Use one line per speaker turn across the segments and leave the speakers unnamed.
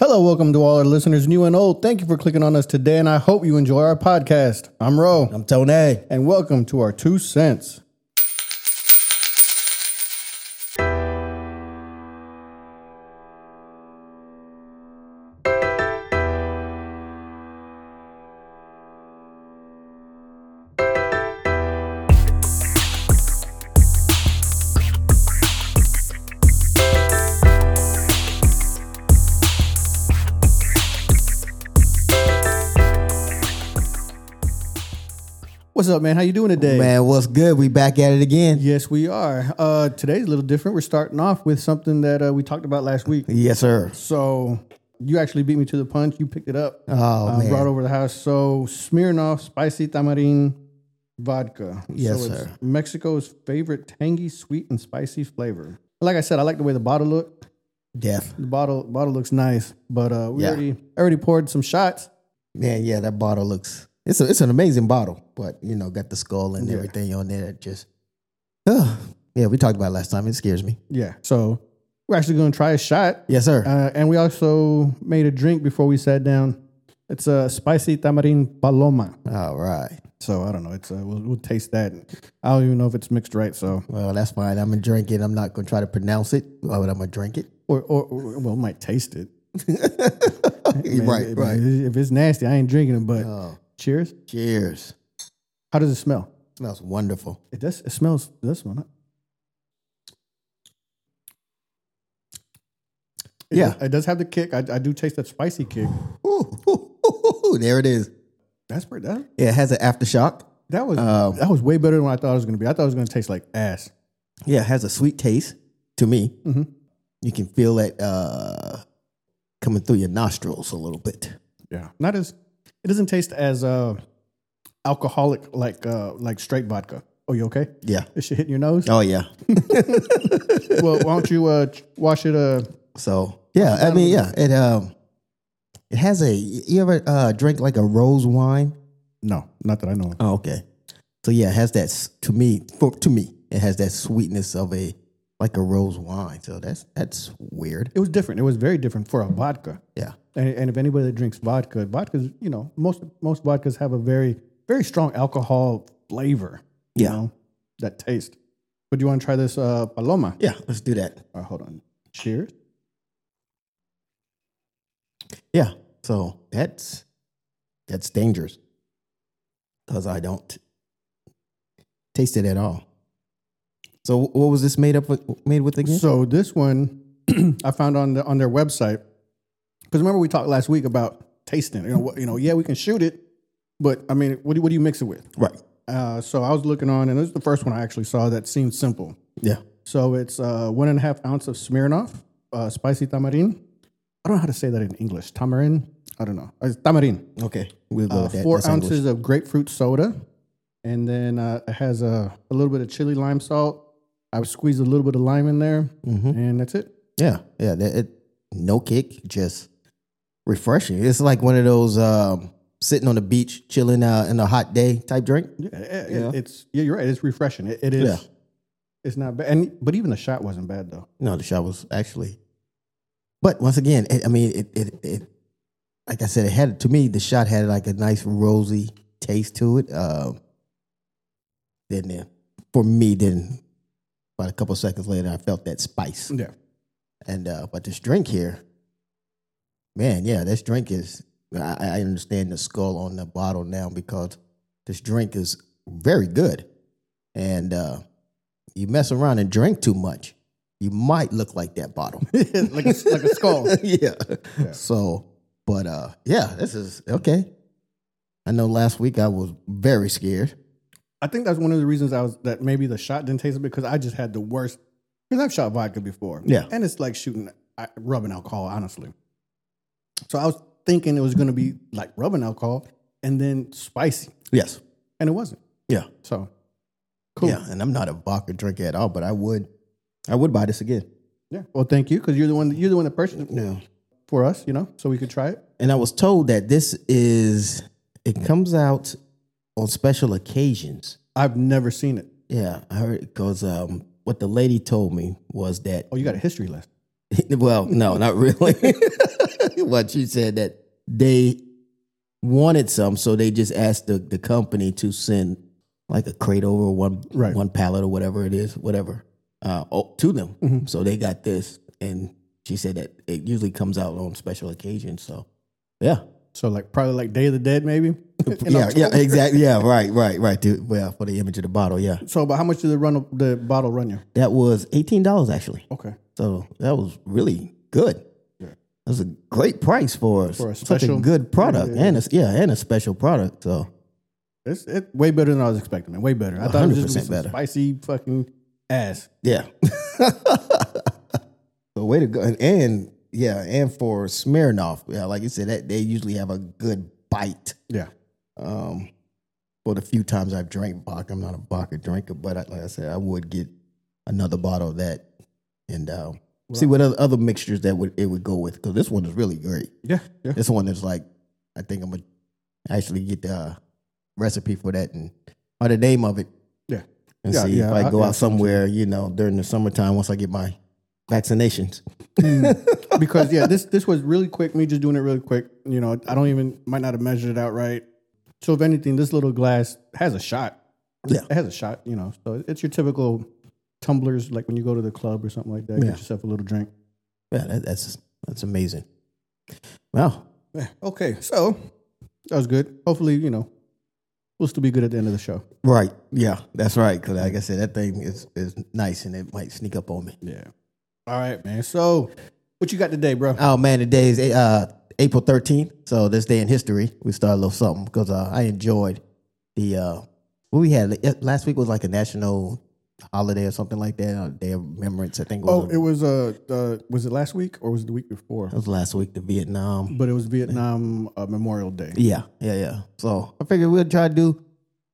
Hello, welcome to all our listeners, new and old. Thank you for clicking on us today, and I hope you enjoy our podcast. I'm Ro,
I'm Tony.
and welcome to our two cents. What's up, man? How you doing today?
Man, what's good? We back at it again.
Yes, we are. Uh, today's a little different. We're starting off with something that uh, we talked about last week.
Yes, sir.
So you actually beat me to the punch. You picked it up.
Oh
uh,
man,
brought over the house. So Smirnoff Spicy Tamarind Vodka.
Yes,
so it's
sir.
Mexico's favorite tangy, sweet, and spicy flavor. Like I said, I like the way the bottle looked.
death.
The bottle bottle looks nice, but uh, we
Yeah.
already already poured some shots.
Man, yeah, that bottle looks. It's a, it's an amazing bottle, but you know, got the skull and everything on there. That just, Ugh. yeah, we talked about it last time. It scares me.
Yeah. So we're actually going to try a shot,
Yes, sir.
uh, and we also made a drink before we sat down. It's a spicy tamarind paloma.
All right.
So I don't know. It's uh, we'll, we'll taste that. I don't even know if it's mixed right. So
Well, that's fine. I'm gonna drink it. I'm not gonna try to pronounce it, but I'm gonna drink it.
or or, or well, it might taste it. Man,
right,
if-
right.
If it's nasty, I ain't drinking it. But
Oh,
cheers.
cheers.
How does it smell?
Smells wonderful.
It does. It smells. It does smell. Not, It
Yeah.
does- it does have the kick. I, I do taste that spicy kick.
Ooh, ooh, ooh, ooh, there it is.
That's pretty. That,
Yeah, it has an aftershock.
that was
Oh.
that was way better than what I thought it was going to be. I thought it was going to taste like ass.
Yeah, it has a sweet taste to me.
Mhm.
You can feel that uh, coming through your nostrils a little bit.
Yeah, not as. It doesn't taste as uh, alcoholic like uh, like straight vodka. Oh, you okay?
Yeah.
This shit hitting your nose.
Oh yeah.
well, why don't you uh, ch- wash it? Uh,
So yeah, I mean yeah, it um, it has a. You ever uh, drink like a rose wine?
no, not that I know. of.
Oh okay. So yeah, it has that s- to me. For, to me, it has that sweetness of a like a rose wine. So that's that's weird.
It was different. It was very different for a vodka.
Yeah.
And, and if anybody that drinks vodka, vodka's you know most most vodkas have a very very strong alcohol flavor. You
Yeah.
know, that taste. But do you want to try this uh, Paloma?
Yeah. Let's do that.
All right, hold on. Cheers.
Yeah. So that's that's dangerous because I don't taste it at all. So wh- what was this made up with, made with again?
So this one I found on the, on their website because remember we talked last week about tasting. You know, what, you know, yeah, we can shoot it, but I mean, what do, what do you mix it with?
right.
Uh, so I was looking on, and this is the first one I actually saw that seemed simple.
Yeah.
So it's uh, one and a half ounce of Smirnoff, uh, spicy tamarind. I don't know how to say that in English. Tamarind? I don't know. It's tamarind.
Okay. We'll go
Uh,
with Oh, that.
four
That's
ounces
English.
of grapefruit soda. And then uh, it has a, a little bit of chili lime salt. I would squeeze a little bit of lime in there,
Mhm.
and that's it.
Yeah. Yeah. That, it, no kick. Just refreshing. It's like one of those um, sitting on the beach, chilling uh, in a hot day type drink.
Yeah, it-
Yeah.
it's yeah, you're right. It's refreshing. It, it is.
Yeah.
It's not bad, and but even the shot wasn't bad though.
No, the shot was actually. But once again, it, I mean, it, it, it, like I said, it had to me the shot had like a nice rosy taste to it. Um, then there, for me, then about a couple seconds later, I felt that spice.
Yeah,
And uh, but this drink here, man, yeah, this drink is. I, I understand the skull on the bottle now because this drink is very good, and uh, you mess around and drink too much, you might look like that bottle.
like a, like a skull.
yeah.
Yeah.
So, but uh, yeah, this is okay. I know last week I was very scared.
I think that's one of the reasons I was that maybe the shot didn't taste it because I just had the worst. Because I've shot vodka before,
Yeah.
and it's like shooting uh, rubbing alcohol, honestly. So I was thinking it was going to be like rubbing alcohol and then spicy,
Yes.
and it wasn't.
Yeah.
So cool.
Yeah, and I'm not a vodka drinker at all, but I would, I would buy this again.
Yeah. Well, thank you because you're the one you're the one that purchased it
No.
for us, you know, so we could try it.
and I was told that this is it comes out on special occasions.
I've never seen it.
Yeah, I heard because um, what the lady told me was that
Oh, you got a history lesson.
well, no, not really. second one, she said that they wanted some, so they just asked the, the company to send like a crate over or one
Right.
one pallet or whatever it is, whatever, uh, oh, to them.
Mhm.
So they got this, and she said that it usually comes out on special occasions. So, yeah,
So like probably like Day of the Dead maybe. In
yeah, yeah,
October.
exactly, yeah, right, right, right. Dude. Well, for the image of the bottle, yeah,
So, but how much did the run the bottle run you?
that was eighteen dollars actually.
Okay.
So that was really good.
Yeah.
That was a great price for us.
For a
Such
special-
a good product,
Yeah, yeah,
and a, yeah, and a special product. So
It's it, way better than I was expecting, man. Way better. I thought it was just gonna
100%
be
better.
some spicy fucking ass.
yeah, so way to go, and, and yeah, and for Smirnoff, yeah, like you said, that they usually have a good bite.
Yeah.
Um, for the few times I've drank Bach, I'm not a Baca drinker, but I, like I said, I would get another bottle of that and uh, see what other, other mixtures that would it would go with because this one is really great.
Yeah. Yeah.
This one is like, I think I'm gonna actually get the uh, recipe for that and or the name of it.
Yeah.
and
Yeah,
see
yeah,
if I
I-
go
yeah,
out somewhere, you know, during the summertime once I get my vaccinations.
because yeah, this this was really quick. Me just doing it really quick. You know, I don't even might not have measured it out right. So if anything, this little glass has a shot.
Yeah.
it has a shot. You know, so it's your typical tumblers, like when you go to the club or something like that.
Yeah.
Get yourself a little drink.
Yeah, that, that's that's amazing. Wow,
Yeah. Okay, so that was good. Hopefully, you know, we'll still be good at the end of the show.
right? Yeah, that's right. Because like I said, that thing is is nice and it might sneak up on me.
Yeah. All right, man. So what you got today, bro?
Oh man, today is uh, April 13th. So this day in history, we start a little something because uh, I enjoyed the uh, what we had like, last week was like a national holiday or something like that, or day of remembrance. I think. It
Oh,
was,
it was uh, uh was it last week or was it the week before?
it was last week, the Vietnam.
But it was Vietnam uh, Memorial Day.
Yeah, yeah, yeah. So I figured we'll try to do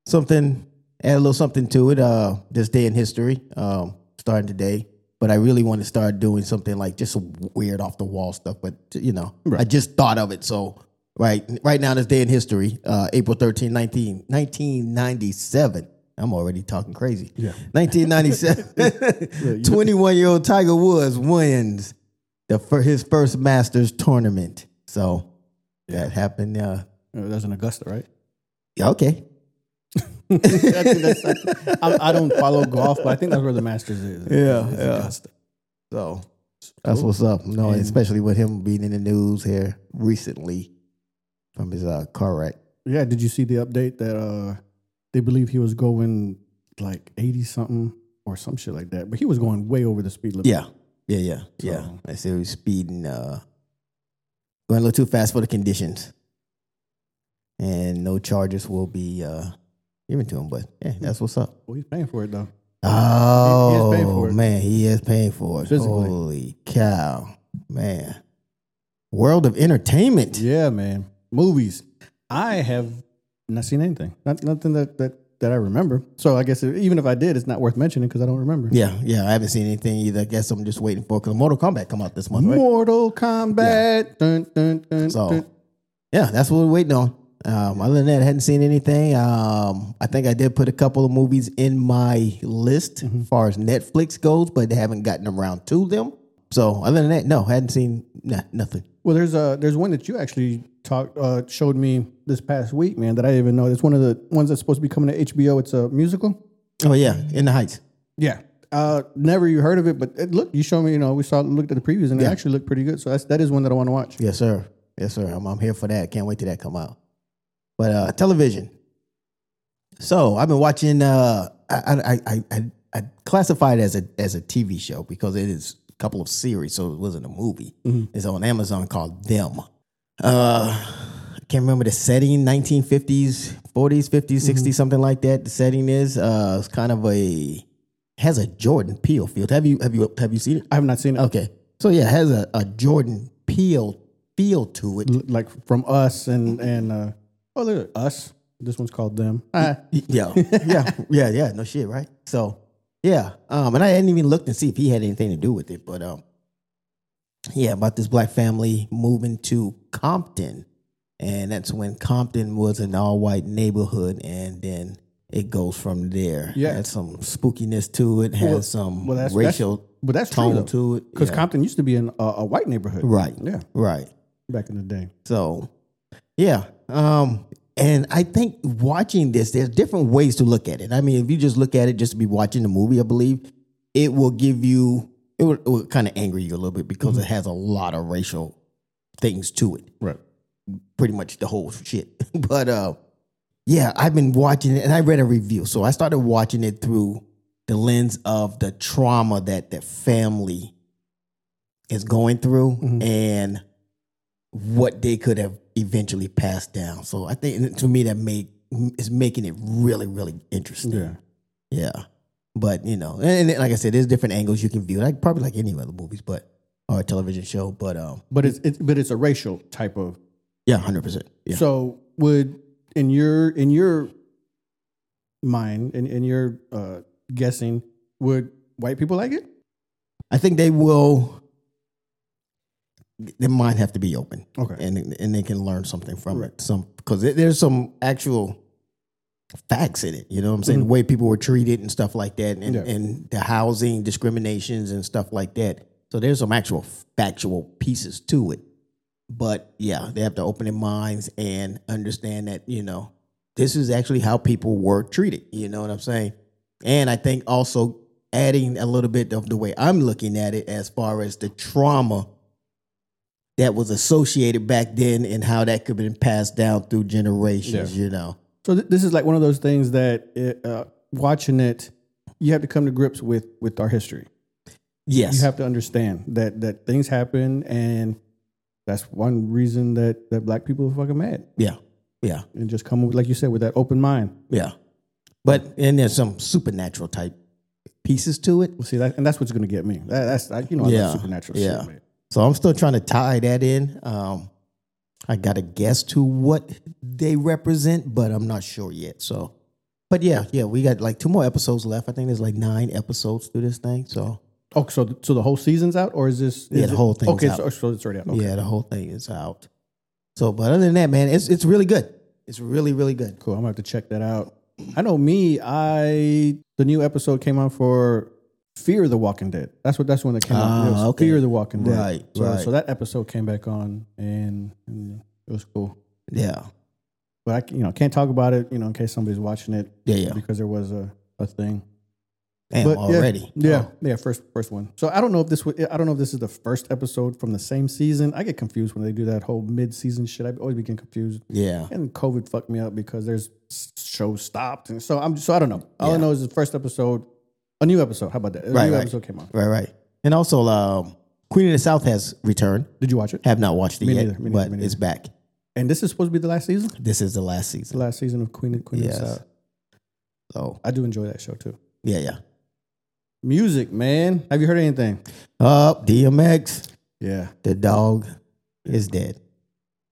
something, add a little something to it. Uh, this day in history, um, starting today. But I really want to start doing something like just some weird off the wall stuff. But you know, I just thought of it. So right, right now, this day in history, uh, April 13, 19, 1997. I'm already talking crazy.
Yeah.
1997. 21 year old Tiger Woods wins the for his first Masters tournament. So that happened uh,
Uh, That's in Augusta, right?
yeah, okay.
I, think that's, I, I don't follow golf, but I think that's where the Masters is.
Yeah,
It's
yeah.
Augusta.
So that's what's up. No,
And-
especially with him being in the news here recently from his uh, car wreck.
Yeah, did you see the update that uh, they believe he was going like 80 something or some shit like that? But he was going way over the speed limit.
Yeah, yeah, yeah, yeah.
So-
I see he was speeding, uh, going a little too fast for the conditions, and no charges will be uh, given to him. But yeah, that's what's up.
Well, he's paying for it though.
Hmm. Oh
paying for it.
man, he is paying for it.
Physically.
Holy cow, man! World of entertainment.
Yeah, man. Movies. I have not seen anything. Not, nothing that, that, that I remember. So I guess even if I did, it's not worth mentioning because I don't remember.
Yeah, yeah, I haven't seen anything either. I guess I'm just waiting for because Mortal Kombat come out this month, right?
Mortal Kombat. Dun, dun, dun,
So,
dun.
yeah, that's what we're waiting on. Um, other than that, I hadn't seen anything. Um, I think I did put a couple of movies in my list as far as Netflix goes, but they haven't gotten around to them. So, other than that, no, hadn't seen nah, nothing.
Well, there's a there's one that you actually talked uh, showed me this past week, man. That I didn't even know. It's one of the ones that's supposed to be coming to HBO. It's a musical.
Oh yeah, In the Heights.
Yeah. Uh, never you heard of it, but it, look, you showed me. You know, we saw looked at the previews, and it actually looked pretty good. So that's that is one that I want to watch.
Yes, sir. Yes, sir. I'm, I'm here for that. Can't wait till that come out. But uh, television. So I've been watching. Uh, I, I I I I classify it as a as a TV show because it is a couple of series, so it wasn't a movie. It's on Amazon called Them. Uh, I can't remember the setting. 1950s, 40s, 50s, 60s, something like that. The setting is uh, it's kind of a has a Jordan Peele feel. Have you have you have you seen it?
I have not seen it.
Okay. So yeah, it has a, a Jordan Peele feel to it.
L- Like from us and and uh, oh, look at us. This one's called them. Ah,
Yeah. Uh, yeah. Yeah. Yeah. No shit, right? So yeah. Um, and I hadn't even looked and see if he had anything to do with it, but um yeah, about this black family moving to Compton. And that's when Compton was an all white neighborhood and then it goes from there.
Yeah.
Had some spookiness to it, has some
well, that's- that's-
racial
but that's true
tone
though,
to it.
because
Yeah.
Compton used to be in a, a white neighborhood.
Right.
Yeah.
Right.
back in the day.
So, yeah. Um, and I think watching this, there's different ways to look at it. I mean, if you just look at it just to be watching the movie, I believe it will give you, it will, kind of anger you a little bit because it has a lot of racial things to it,
Right.
pretty much the whole shit. but uh, yeah, I've been watching it and I read a review. So I started watching it through the lens of the trauma that the family is going through
Mhm.
and what they could have eventually passed down. So I think to me that made is making it really really interesting.
Yeah.
Yeah. But you know, and, and like I said, there's different angles you can view. Like probably like any other movies, but or a television show. But um,
But it's, it's but it's a racial type of.
yeah, hundred percent. Yeah.
So would in your in your mind in in your uh, guessing would white people like it?
I think they will. Their mind have to be open,
Okay.
and and they can learn something from
Right.
it. Some because there's some actual facts in it. You know what I'm saying? The way people were treated and stuff like that, and
Mm-hmm. Yeah.
and the housing discriminations and stuff like that. So there's some actual factual pieces to it. But yeah, they have to open their minds and understand that you know this is actually how people were treated. You know what I'm saying? And I think also adding a little bit of the way I'm looking at it as far as the trauma that was associated back then and how that could have been passed down through generations, you know.
So th- this is like one of those things that it, uh, watching it, you have to come to grips with with our history.
Yes.
You have to understand that that things happen, and that's one reason that that black people are fucking mad.
yeah. Yeah.
And just come with, like you said with that open mind.
Yeah. But and there's some supernatural type pieces to it.
Well, see that, and that's what's gonna get me. That, that's I, you know I
Yeah,
love supernatural
yeah.
shit. Man.
So I'm still trying to tie that in. Um I got a guess to what they represent, but I'm not sure yet. So but yeah, yeah, we got like two more episodes left. I think there's like nine episodes through this thing. So
Oh, so th- so the whole season's out, or is this? Is
Yeah, the
it-
whole thing's
Okay,
out.
So, so it's already out. Okay.
yeah, the whole thing is out. So but other than that, man, it's it's really good. It's really, really good.
Cool. I'm gonna have to check that out. I know me. I the new episode came out for Fear the Walking Dead. That's what. That's when it came out. It
Ah,
was
okay.
Fear the Walking Dead.
Right,
So,
right.
so that episode came back on, and, and it was cool.
Yeah.
But I, c- you know, can't talk about it. You know, in case somebody's watching it
Yeah, yeah.
because there was a a thing.
Damn,
But, yeah,
already. Oh.
Yeah, yeah. First, first one. So I don't know if this. wa- I don't know if this is the first episode from the same season. I get confused when they do that whole mid season shit. I always be getting confused.
Yeah.
And COVID fucked me up because there's s- shows stopped, and so I'm. So I don't know. All I
Yeah.
know is the first episode, a new episode. How about that? A
Right,
new
right.
episode came out.
Right, right. And also, um, Queen of the South has returned.
Did you watch it?
Have not watched it
Me
yet,
neither, me neither,
but
me neither.
it's back.
And this is supposed to be the last season.
This is the last
The
season.
last season of Queen Queen
Yes.
of the South.
So
I do enjoy that show too.
yeah, yeah.
Music, man. Have you heard anything?
Up DMX,
Yeah,
the dog is dead.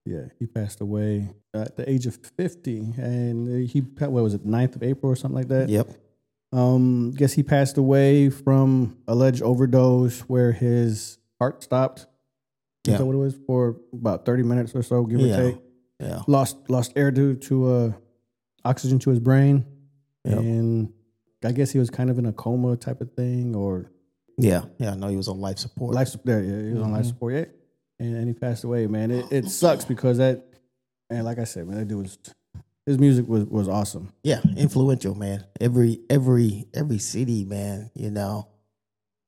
yeah. He passed away at the age of fifty, and he pa- what was it, 9th of April or something like that.
Yep.
Um, guess he passed away from alleged overdose where his heart stopped. Yeah. Is
Yeah.
that what it was for about thirty minutes or so, give
Yeah.
or take?
Yeah.
Lost lost air due to uh, oxygen to his brain,
Yep.
and I guess he was kind of in a coma type of thing, or
Yeah. Yeah. I know he was on life support.
life support. Yeah, yeah, he was on life
Mm-hmm.
support. Yeah, and, and he passed away. Man, it, it sucks because that, and like I said, man, that dude was his music was was awesome.
Yeah, influential, man. Every every every city, man, you know.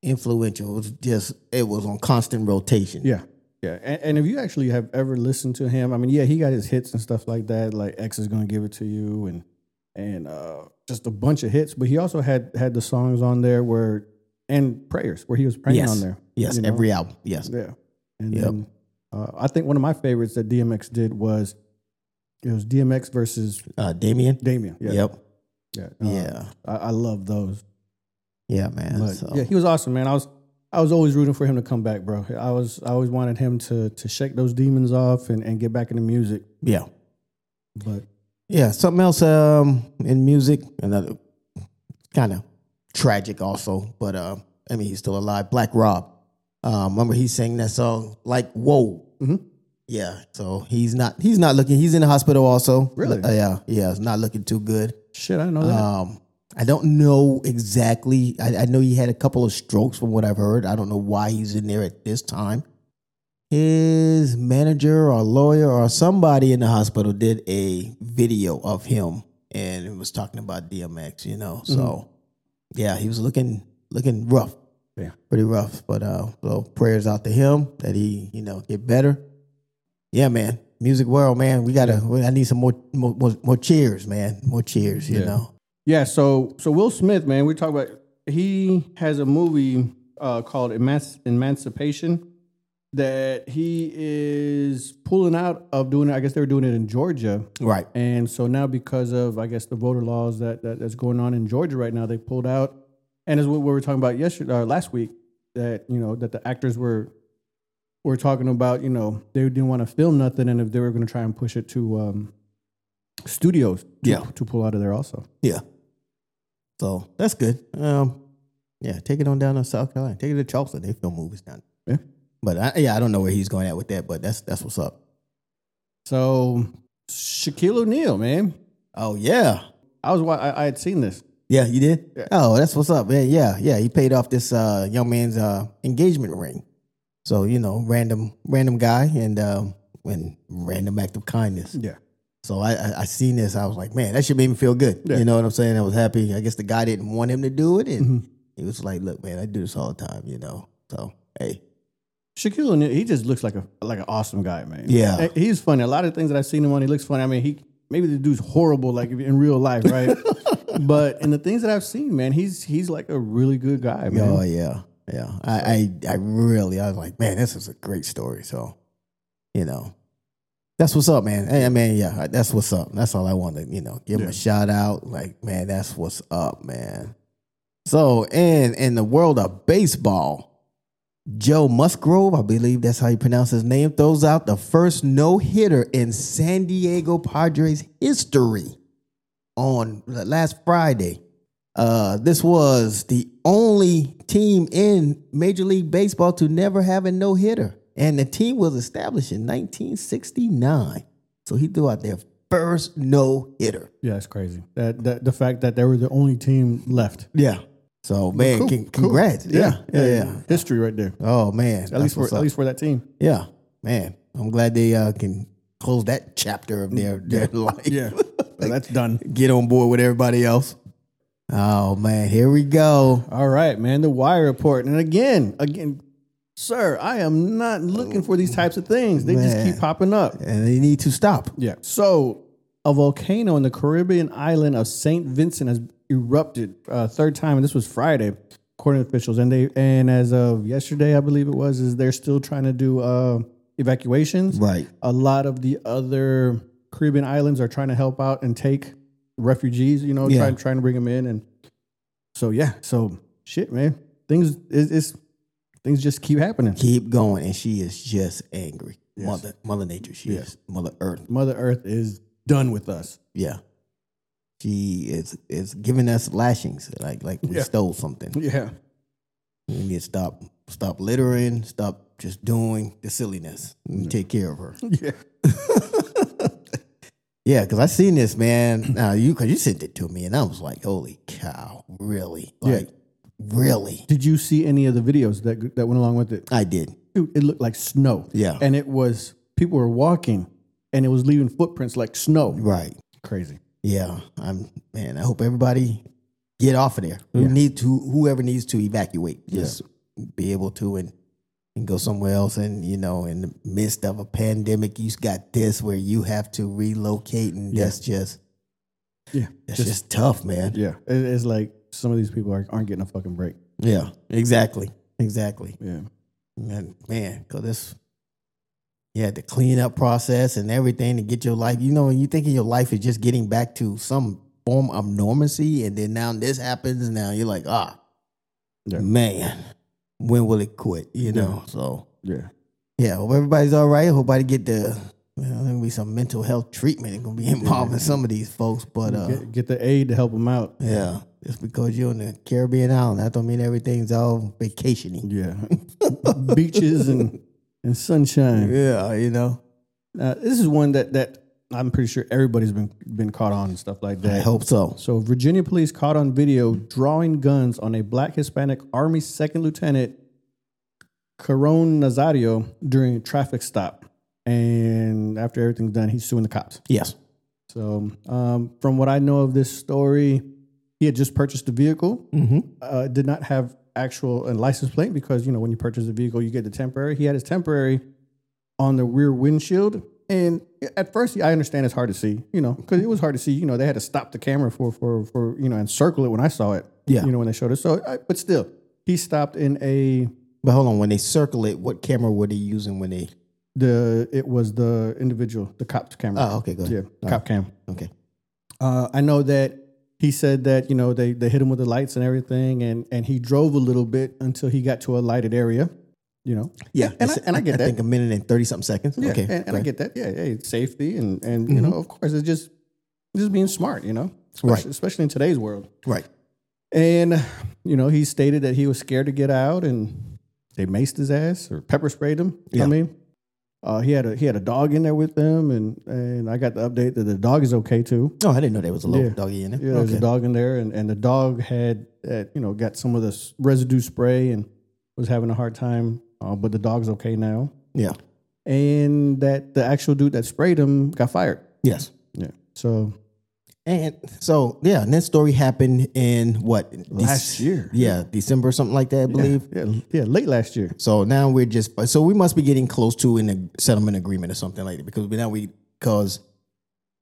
Influential. It was just it was on constant rotation.
Yeah, yeah. And, and if you actually have ever listened to him, I mean, yeah, he got his hits and stuff like that. Like X is gonna give it to you, and and uh, just a bunch of hits. But he also had had the songs on there where and prayers where he was praying
Yes.
on there.
Yes.
you know?
Every album. Yes.
yeah. And
Yep.
then uh, I think one of my favorites that DMX did was it was DMX versus
Uh Damien.
Damien. Yeah,
Yep.
yeah, uh,
Yeah.
I, I love those.
Yeah, man.
But
so.
yeah, he was awesome, man. I was I was always rooting for him to come back, bro. I was I always wanted him to to shake those demons off and, and get back into music.
yeah.
But
Yeah, something else um, in music, another kind of tragic also, but uh, I mean, he's still alive. Black Rob. Uh, remember he sang that song like "Whoa."
Mhm.
Yeah, so he's not he's not looking. He's in the hospital also.
Really?
Uh, yeah, yeah. It's not looking too good.
shit, I didn't know that.
Um, I don't know exactly. I, I know he had a couple of strokes from what I've heard. I don't know why he's in there at this time. His manager or lawyer or somebody in the hospital did a video of him and it was talking about DMX, you know. So yeah, he was looking looking rough.
Yeah.
Pretty rough. But uh so prayers out to him that he, you know, get better. Yeah, man. Music world, man. We gotta we- I need some more more more, more cheers, man. More cheers, you
Yeah.
know.
Yeah, so so Will Smith, man, we talk about he has a movie uh, called Emanci- Emancipation that he is pulling out of doing it. I guess they were doing it in Georgia,
Right.
and so now because of I guess the voter laws that, that that's going on in Georgia right now, they pulled out. And is what we were talking about yesterday or last week that you know that the actors were were talking about. You know they didn't want to film nothing, and if they were going to try and push it to um, studios, to-
Yeah.
to pull out of there also.
Yeah. So that's good. Um, yeah, take it on down to South Carolina. Take it to Charleston. They film movies down. there.
Yeah.
But I, yeah, I don't know where he's going at with that. But that's that's what's up.
So Shaquille O'Neal, man,
Oh yeah,
I was wa- I, I had seen this.
yeah, you did. Oh, that's what's up. Yeah, yeah, yeah. He paid off this uh, young man's uh, engagement ring. So you know, random random guy and um, and random act of kindness.
Yeah,
So I, I I seen this. I was like, man, that should make me feel good.
Yeah.
You know what I'm saying? I was happy. I guess the guy didn't want him to do it, and
Mm-hmm.
he was like, look, man, I do this all the time. You know. So hey,
Shaquille O'Neal, he just looks like a like an awesome guy, man.
Yeah.
He- he's funny. A lot of things that I've seen him on, he looks funny. I mean, he maybe the dude's horrible like in real life, right? but in the things that I've seen, man, he's he's like a really good guy, man.
oh yeah, yeah. I, I I really I was like, man, this is a great story. So, you know, that's what's up, man. Hey, I mean, yeah, that's what's up. That's all I wanted. You know, give him
Yeah.
a shout out. Like, man, that's what's up, man. So, and in the world of baseball. Joe Musgrove, I believe that's how you pronounce his name, throws out the first no hitter in San Diego Padres history on last Friday. Uh, this was the only team in Major League Baseball to never have a no hitter. And the team was established in 1969. So he threw out their first no hitter.
Yeah, it's crazy. That, that the fact that they were the only team left.
Yeah. So, man,
Cool,
con-
cool.
congrats. Yeah. Yeah. yeah.
History right there.
Oh, man.
At least for
what's
at
up.
least for that team.
Yeah, man. I'm glad they uh, can close that chapter of their, their life.
So that's done.
Get on board with everybody else. Oh, man. Here we go.
All right, man. The wire report, and again, again, sir, I am not looking for these types of things. They just keep
Man.
popping up.
And they need to stop.
Yeah. So, a volcano in the Caribbean island of Saint Vincent has erupted uh, third time, and this was Friday, according to officials. And they and as of yesterday, I believe it was, is they're still trying to do uh, evacuations.
Right.
A lot of the other Caribbean islands are trying to help out and take refugees. You know,
Yeah.
trying trying to bring them in, and so yeah, so shit, man, things is it's, things just keep happening.
Keep going. And she is just angry.
Yes.
Mother Mother Nature. She
Yeah.
is Mother Earth.
Mother Earth is done with us.
Yeah. She is is giving us lashings. Like like we
Yeah.
stole something.
Yeah.
We need to stop stop littering. Stop just doing the silliness. And Take care of her.
Yeah.
Yeah, because I seen this man. Now you, cause you sent it to me, and I was like, "Holy cow, really?
Yeah.
Like, really?"
Did you see any of the videos that that went along with it?
I did.
Dude, it looked like snow.
Yeah.
And it was people were walking and it was leaving footprints like snow.
Right.
Crazy.
Yeah. I'm. Man, I hope everybody get off of there. Who
Yeah.
need to? Whoever needs to evacuate, just be able to and and go somewhere else. And you know, in the midst of a pandemic, you got this where you have to relocate, and
Yeah.
that's just
Yeah.
that's
Just-
just tough, man.
yeah. It- it's like some of these people are, aren't getting a fucking break.
Yeah. Exactly. Exactly.
Yeah.
Man, man, cause this, yeah, the cleanup process and everything to get your life. You know, you thinking your life is just getting back to some form of normalcy, and then now this happens, and now you're like, ah,
Yeah.
man, when will it quit? You know, so
Yeah.
yeah, hope everybody's all right. Hope I get the. Well, there'll be some mental health treatment that's gonna be involved in some of these folks, but uh,
Get, get the aid to help them out.
yeah, just because you're on the Caribbean island, that don't mean everything's all vacationing.
Yeah. Beaches and, and sunshine.
Yeah, you know,
Uh, this is one that, that I'm pretty sure everybody's been, been caught on and stuff like
I
that.
hope so.
So, Virginia police caught on video drawing guns on a black Hispanic Army second lieutenant, Caron Nazario, during a traffic stop. and after everything's done, he's suing the cops.
Yes.
So, um, from what I know of this story, he had just purchased the vehicle.
Mm-hmm.
uh, did not have actual and license plate because you know when you purchase a vehicle you get the temporary. He had his temporary on the rear windshield, and at first I understand it's hard to see, you know, because it was hard to see. You know, they had to stop the camera for for for you know and circle it when I saw it.
Yeah.
you know when they showed it. So, I, but still, he stopped in a
But hold on, when they circle it, what camera were they using when they?
the it was the individual the cop's camera.
Oh, okay, go
yeah,
ahead.
cop cam.
Okay.
Uh, I know that he said that you know they they hit him with the lights and everything, and and he drove a little bit until he got to a lighted area. You know,
Yeah,
and I, and I get that.
I think a minute and thirty something seconds.
yeah,
okay,
and,
go
and I
ahead.
get that. Yeah, hey, it's safety and and you know, of course, it's just just being smart. You know,
Right.
especially, especially in today's world.
right.
And you know, he stated that he was scared to get out, and they maced his ass or pepper sprayed him. You know what I mean, uh, he had a he had a dog in there with them, and and I got the update that the dog is okay too.
Oh, I didn't know there was a little
Yeah.
doggy in there.
Yeah, there's
okay.
a dog in there, and, and the dog had, uh, you know, got some of this residue spray and was having a hard time, uh, but the dog's okay now.
yeah.
And that the actual dude that sprayed him got fired.
Yes.
Yeah. So
And so yeah, and that story happened in what
Last year.
Yeah, December or something like that, I believe.
yeah, yeah, late last year.
So now we're just so we must be getting close to an a settlement agreement or something like that because we now we because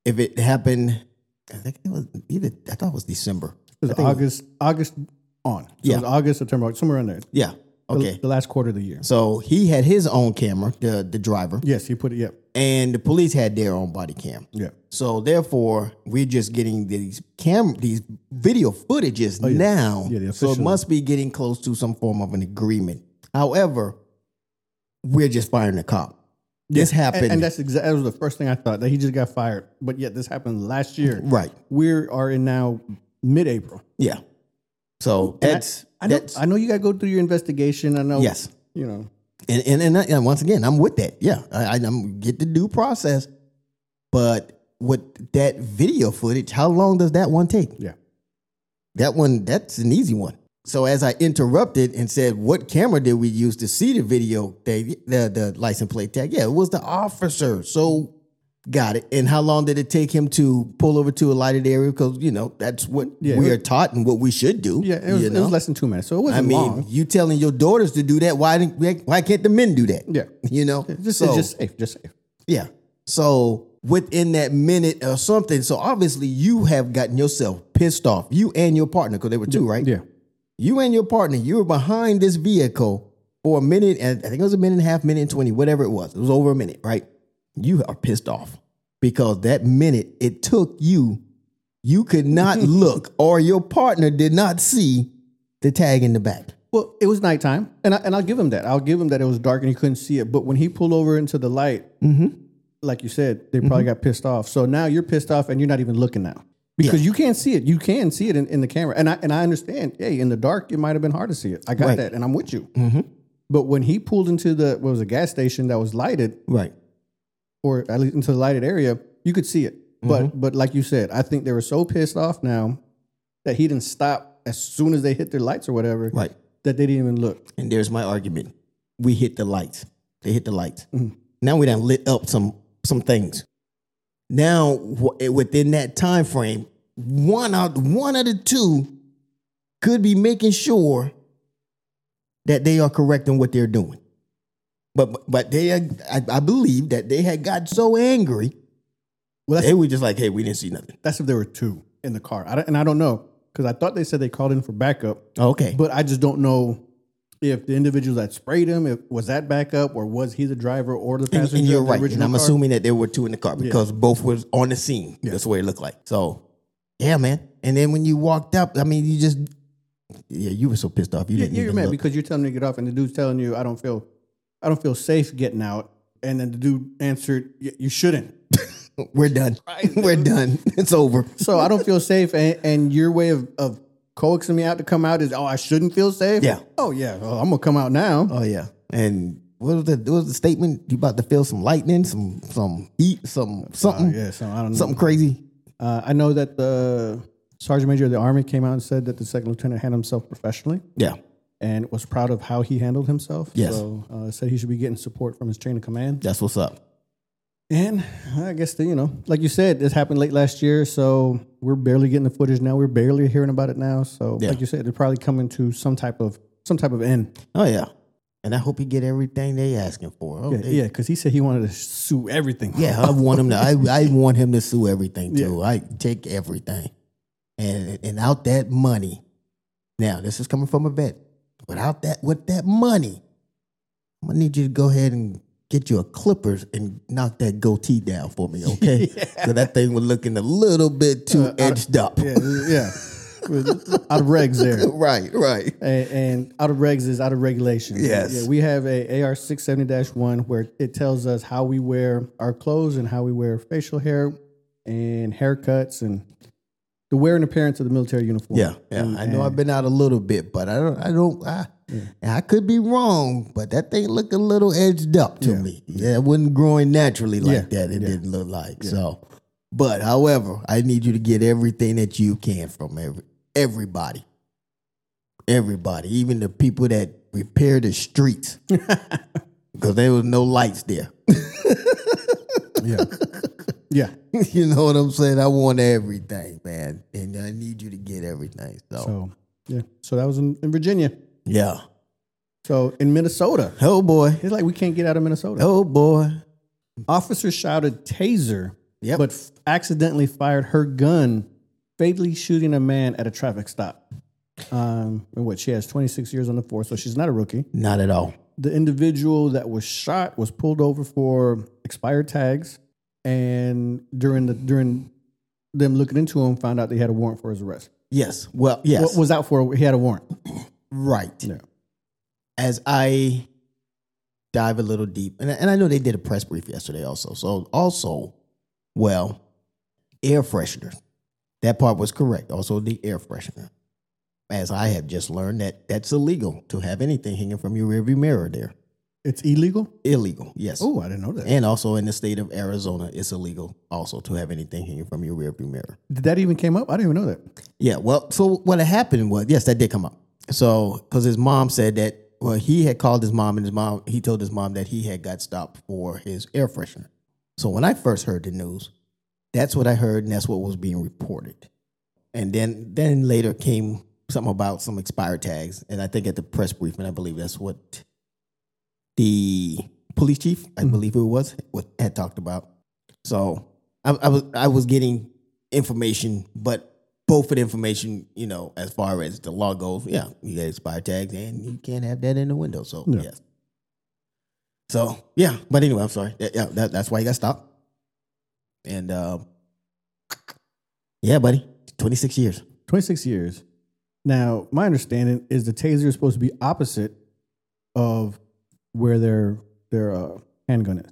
if it happened, I think it was either I thought it was December.
It was August, August on. So
Yeah.
It was August, September, October, somewhere in there.
Yeah.
The-
Okay.
The, last quarter of the year.
So he had his own camera, the the driver,
Yes, he put it. Yep.
and the police had their own body cam.
Yeah.
So therefore, we're just getting these cam these video footages now.
Oh, Yeah, the
so it
official-
must be getting close to some form of an agreement. However, we're just firing the cop. This happened.
And, and that's exactly that was the first thing I thought that he just got fired. But yet this happened last year.
right.
We are in now mid-April.
Yeah. So that's
I know,
that's
I know you got to go through your investigation. I know.
yes.
You know.
And and and, I, and once again, I'm with that. Yeah, I, I, I'm get the due process, but with that video footage, how long does that one take?
Yeah.
That one, that's an easy one. So as I interrupted and said, "What camera did we use to see the video? They, the the license plate tag? Yeah, it was the officer. So got it. And how long did it take him to pull over to a lighted area? Because you know that's what
Yeah,
we
it-
are taught and what we should do.
Yeah. It was,
you
it
know?
was less than two minutes, so it wasn't
I mean,
long.
you telling your daughters to do that. Why didn't, why- why can't the men do that?
Yeah.
You know?
It's Just,
so,
it's just safe. Just safe.
yeah. So within that minute or something, so obviously you have gotten yourself pissed off. You and your partner, because they were two, right?
Yeah.
You and your partner, you were behind this vehicle for a minute, and I think it was a minute and a half, minute and 20, whatever it was. It was over a minute, right? You are pissed off because that minute it took you, you could not look, or your partner did not see the tag in the back.
Well, it was nighttime, and I, and I'll give him that. I'll give him that it was dark and he couldn't see it. But when he pulled over into the light,
Mm-hmm.
like you said, they probably got pissed off. So now you're pissed off, and you're not even looking now because you can't see it. You can see it in, in the camera, and I and I understand. Hey, in the dark, it might have been hard to see it. I got
Right. Mm-hmm.
that, and I'm with you. But when he pulled into the what was a gas station that was lighted,
Right.
or at least into the lighted area, you could see it.
Mm-hmm.
But but like you said, I think they were so pissed off now that he didn't stop as soon as they hit their lights or whatever
Right.
that they didn't even look.
And there's my argument. We hit the lights. They hit the lights.
Mm.
Now we done lit up some some things. Now wh- eh, within that time frame, one out one of the two could be making sure that they are correct in what they're doing. But but- but they are, I, I believe that they had got so angry.
Well, that's,
They were just like, hey, we didn't see nothing.
that's if there were two in the car. I don't, and I don't know because I thought they said they called in for backup,
Okay.
but I just don't know if the individual that sprayed him if, was that backup or was he the driver or the
And,
passenger.
and you're
of the
right. And
original
I'm
car?
assuming that there were two in the car because both was on the scene. That's what it looked like. So, yeah, man. And then when you walked up, I mean, you just, yeah, you were so pissed off. You
Yeah,
didn't
you're
even
mad
look.
because you're telling me to get off, and the dude's telling you, "I don't feel, I don't feel safe getting out." And then the dude answered, "Y- "You shouldn't."
We're done. we're done. It's over.
So I don't feel safe, and, and your way of, of coaxing me out to come out is, oh, I shouldn't feel safe.
Yeah.
Oh yeah. Oh, I'm gonna come out now.
Oh yeah. And what was the what was the statement? You about to feel some lightning, some some heat, some something,
Uh, yeah. So I don't know.
something crazy.
Uh, I know that the sergeant major of the army came out and said that the second lieutenant handled himself professionally
Yeah.
and was proud of how he handled himself.
Yes.
So uh, said he should be getting support from his chain of command.
That's what's up.
And I guess the, you know, like you said, this happened late last year, so we're barely getting the footage now. We're barely hearing about it now. So,
Yeah.
like you said, they're probably coming to some type of some type of end.
Oh yeah, and I hope he get everything they asking for. Oh,
Yeah,
they-
yeah, because he said he wanted to sue everything.
Yeah, I want him to. I, I want him to sue everything too. I take everything, and and out that money. Now this is coming from a vet. Without that, with that money, I'm gonna need you to go ahead and get you a clippers and knock that goatee down for me, okay? So that thing was looking a little bit too edged up.
yeah, yeah. out of regs there.
right, right.
and, and out of regs is out of regulation.
Yes.
Yeah, we have a AR six seventy one where it tells us how we wear our clothes and how we wear facial hair and haircuts and the wear and appearance of the military uniform.
Yeah, yeah. I know I've been out a little bit, but I don't. I don't. I, I could be wrong, but that thing looked a little edged up to me. Yeah, it wasn't growing naturally like that. It didn't look like so. But however, I need you to get everything that you can from every everybody, everybody, even the people that repair the streets, because there was no lights there.
Yeah. yeah.
you know what I'm saying? I want everything, man, and I need you to get everything. so.
So yeah. So that was in, in Virginia.
yeah.
So in Minnesota.
Oh boy.
It's like we can't get out of Minnesota.
Oh boy.
Officer shouted taser,
Yep.
but f- accidentally fired her gun, fatally shooting a man at a traffic stop. Um, and what she has 26 years on the force, so she's not a rookie.
Not at all.
The individual that was shot was pulled over for expired tags, and during the during them looking into him, found out they had a warrant for his arrest.
Yes. Well, yes.
What was out for? He had a warrant.
right.
Yeah.
As I dive a little deep, and, and I know they did a press brief yesterday also. So, also, well, air freshener. That part was correct. Also, the air freshener. As I have just learned that that's illegal to have anything hanging from your rearview mirror there.
It's illegal.
Illegal. Yes.
Oh, I didn't know that.
And also in the state of Arizona, it's illegal also to have anything hanging from your rearview mirror.
Did that even came up? I didn't even know that.
Yeah, well, so what had happened was, yes, that did come up. So, because his mom said that, well, he had called his mom, and his mom, he told his mom that he had got stopped for his air freshener. So, when I first heard the news, that's what I heard, and that's what was being reported. And then, then later came something about some expired tags, and I think at the press briefing, I believe that's what the police chief, I believe it was, what had talked about. So I, I was I was getting information, but both of the information, you know, as far as the law goes, yeah, you got expired tags and you can't have that in the window. So
Yeah.
yes. So yeah, but anyway, I'm sorry. Yeah, yeah, that, that's why you got stopped. And uh, yeah, buddy, 26 years.
26 years. Now, my understanding is the taser is supposed to be opposite of where their their uh, handgun is.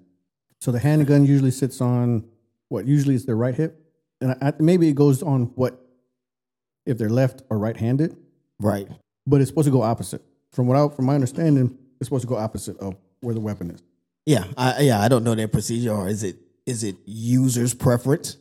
So the handgun usually sits on what usually is their right hip, and I, I- maybe it goes on what if they're left or right-handed,
Right.
but it's supposed to go opposite. From what I, from my understanding, it's supposed to go opposite of where the weapon is.
Yeah, I, yeah, I don't know their procedure, or is it is it users' preference?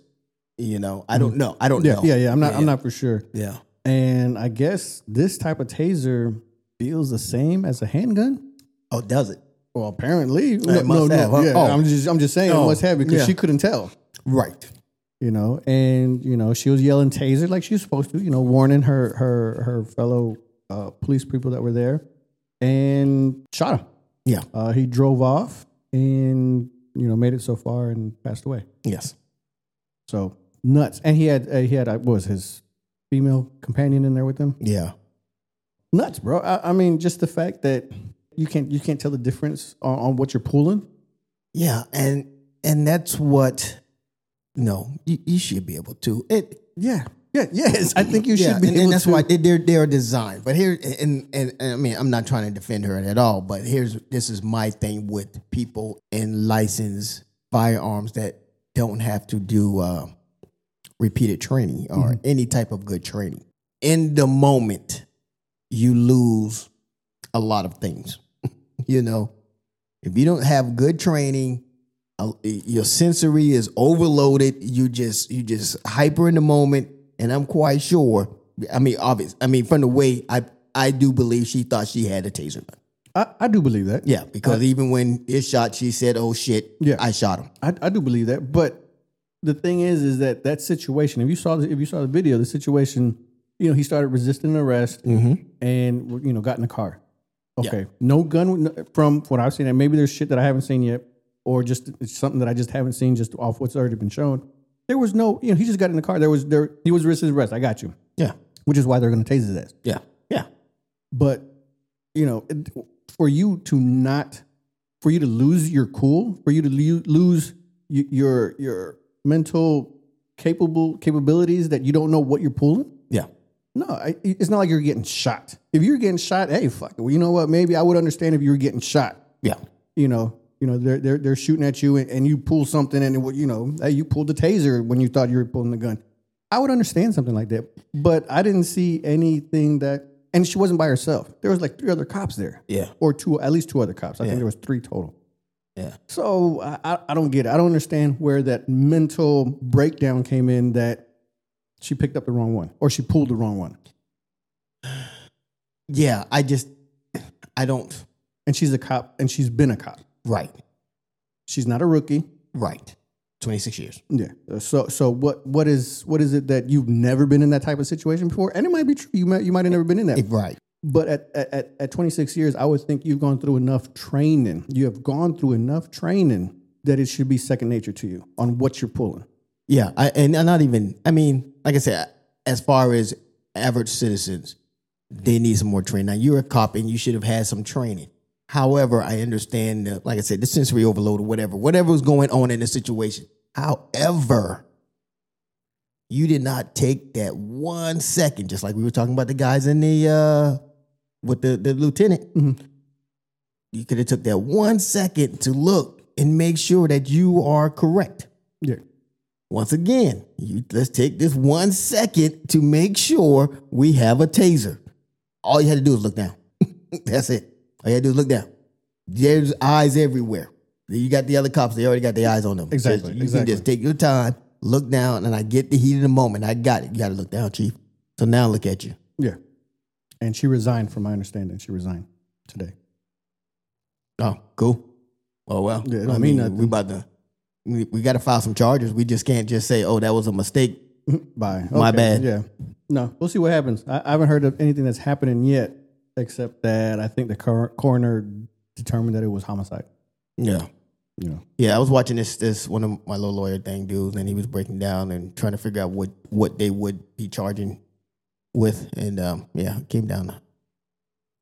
You know, I don't know. I don't
Mm-hmm. Yeah,
know.
yeah, yeah. I'm not, I'm not for sure.
Yeah.
And I guess this type of taser feels the same as a handgun.
Oh, does it?
Well, apparently, no,
must
no, no,
have, huh?
yeah,
Oh.
I'm just, I'm just saying,
Oh,
it must have because
yeah.
she couldn't tell,
Right.
you know. And you know, she was yelling taser like she was supposed to, you know, warning her, her, her fellow uh, police people that were there, and shot him.
Yeah.
Uh, he drove off and you know made it so far and passed away.
Yes.
So nuts. And he had, uh, he had, uh, what was his female companion in there with him?
Yeah.
Nuts, bro. I, I mean, just the fact that you can't, you can't tell the difference on, on what you're pulling.
Yeah, and and that's what. No, you, you should be able to. It
Yeah. Yeah. Yes. I think you should
yeah,
be.
and,
able
and that's
to-
why they- they're they're designed. But here, and, and and I mean, I'm not trying to defend her at all. But here's this is my thing with people in licensed firearms that don't have to do uh, repeated training or any type of good training. In the moment, you lose a lot of things. you know, if you don't have good training, uh, your sensory is overloaded. You just you just hyper in the moment, and I'm quite sure. I mean, obvious. I mean, from the way I I do believe she thought she had a taser gun.
I, I do believe that.
Yeah, because even when it shot, she said, "Oh shit,
Yeah.
I shot him."
I, I do believe that, but the thing is, is that that situation. If you saw the, if you saw the video, the situation, you know, he started resisting arrest and you know got in the car.
Yeah.
Okay, no gun no- from what I've seen, and maybe there's shit that I haven't seen yet, or just it's something that I just haven't seen, just off what's already been shown. There was no, you know, he just got in the car. There was there he was resisting arrest. I got you,
Yeah,
which is why they're going to tase his ass.
yeah, yeah,
But you know, it- for you to not, for you to lose your cool, for you to lo- lose y- your your mental capable capabilities that you don't know what you're pulling.
yeah,
No, I, it's not like you're getting shot. If you're getting shot, hey, fuck. it. Well, you know what? Maybe I would understand if you were getting shot.
yeah,
You know, you know, they're they're, they're shooting at you, and, and you pull something, and it, would- you know, hey, you pulled the taser when you thought you were pulling the gun. I would understand something like that, but I didn't see anything that. And she wasn't by herself. There was like three other cops there,
yeah,
or two, at least two other cops. I
Yeah.
think there was three total.
yeah.
So I, I- I don't get it. I don't understand where that mental breakdown came in that she picked up the wrong one, or she pulled the wrong one.
Yeah, I just, I don't.
and she's a cop and she's been a cop.
Right,
She's not a rookie.
right. Twenty six years.
Yeah. Uh, So so what what is what is it that you've never been in that type of situation before? And it might be true. You might you might have never been in that.
Right.
But at at- at, at 26 years, I would think you've gone through enough training. You have gone through enough training that it should be second nature to you on what you're pulling.
Yeah, I, and not even. I mean, like I said, as far as average citizens, they need some more training. Now you're a cop, and you should have had some training. However, I understand that, like I said, the sensory overload or whatever, whatever was going on in the situation. However, you did not take that one second, just like we were talking about the guys in the uh, with the the lieutenant.
Mhm.
You could have took that one second to look and make sure that you are correct
Yeah.
once again, you, let's take this one second to make sure we have a taser. All you had to do is look down. That's it. All you had to do is look down. There's eyes everywhere. You got the other cops, they already got their eyes on them.
Exactly,
you
exactly.
can just take your time, look down, and I get the heat of the moment. I got it. You got to look down, Chief. So now look at you.
Yeah. And she resigned, from my understanding. She resigned today.
Oh, cool. Oh, well.
Yeah, it don't
I
mean
mean,
nothing.
we about to, we, we got to file some charges. We just can't just say, oh, that was a mistake.
Bye.
My bad.
Yeah. No, we'll see what happens. I, I haven't heard of anything that's happening yet, except that I think the cor- coroner determined that it was homicide.
Yeah.
You know.
Yeah, I was watching this this one of my little lawyer thing dudes, and he was breaking down and trying to figure out what what they would be charging with, and um, yeah, it came down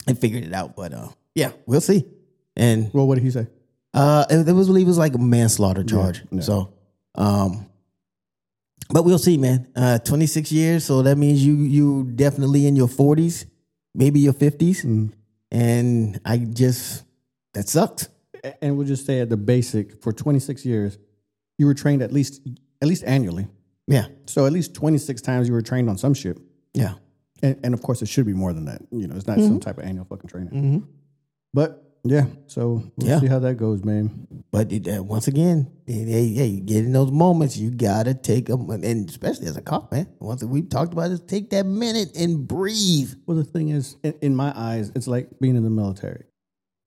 and figured it out. But uh, yeah, we'll see. And
Well, what did he say?
uh, it, it was it was like a manslaughter charge.
yeah.
So, um, but we'll see, man. Uh, twenty six years, so that means you you definitely in your forties, maybe your fifties, and I just that sucked.
A- And we'll just say at the basic for 26 years, you were trained at least at least annually.
Yeah,
So at least 26 times you were trained on some shit.
yeah,
And, and of course, it should be more than that. You know, it's not some type of annual fucking training.
mm-hmm.
But yeah, so we'll
Yeah.
see how that goes, man.
But it, uh, once again, hey, hey, hey, you get in those moments, you gotta take them, and especially as a cop, man. Once we've talked about this, take that minute and breathe.
Well, the thing is, in, in my eyes, it's like being in the military.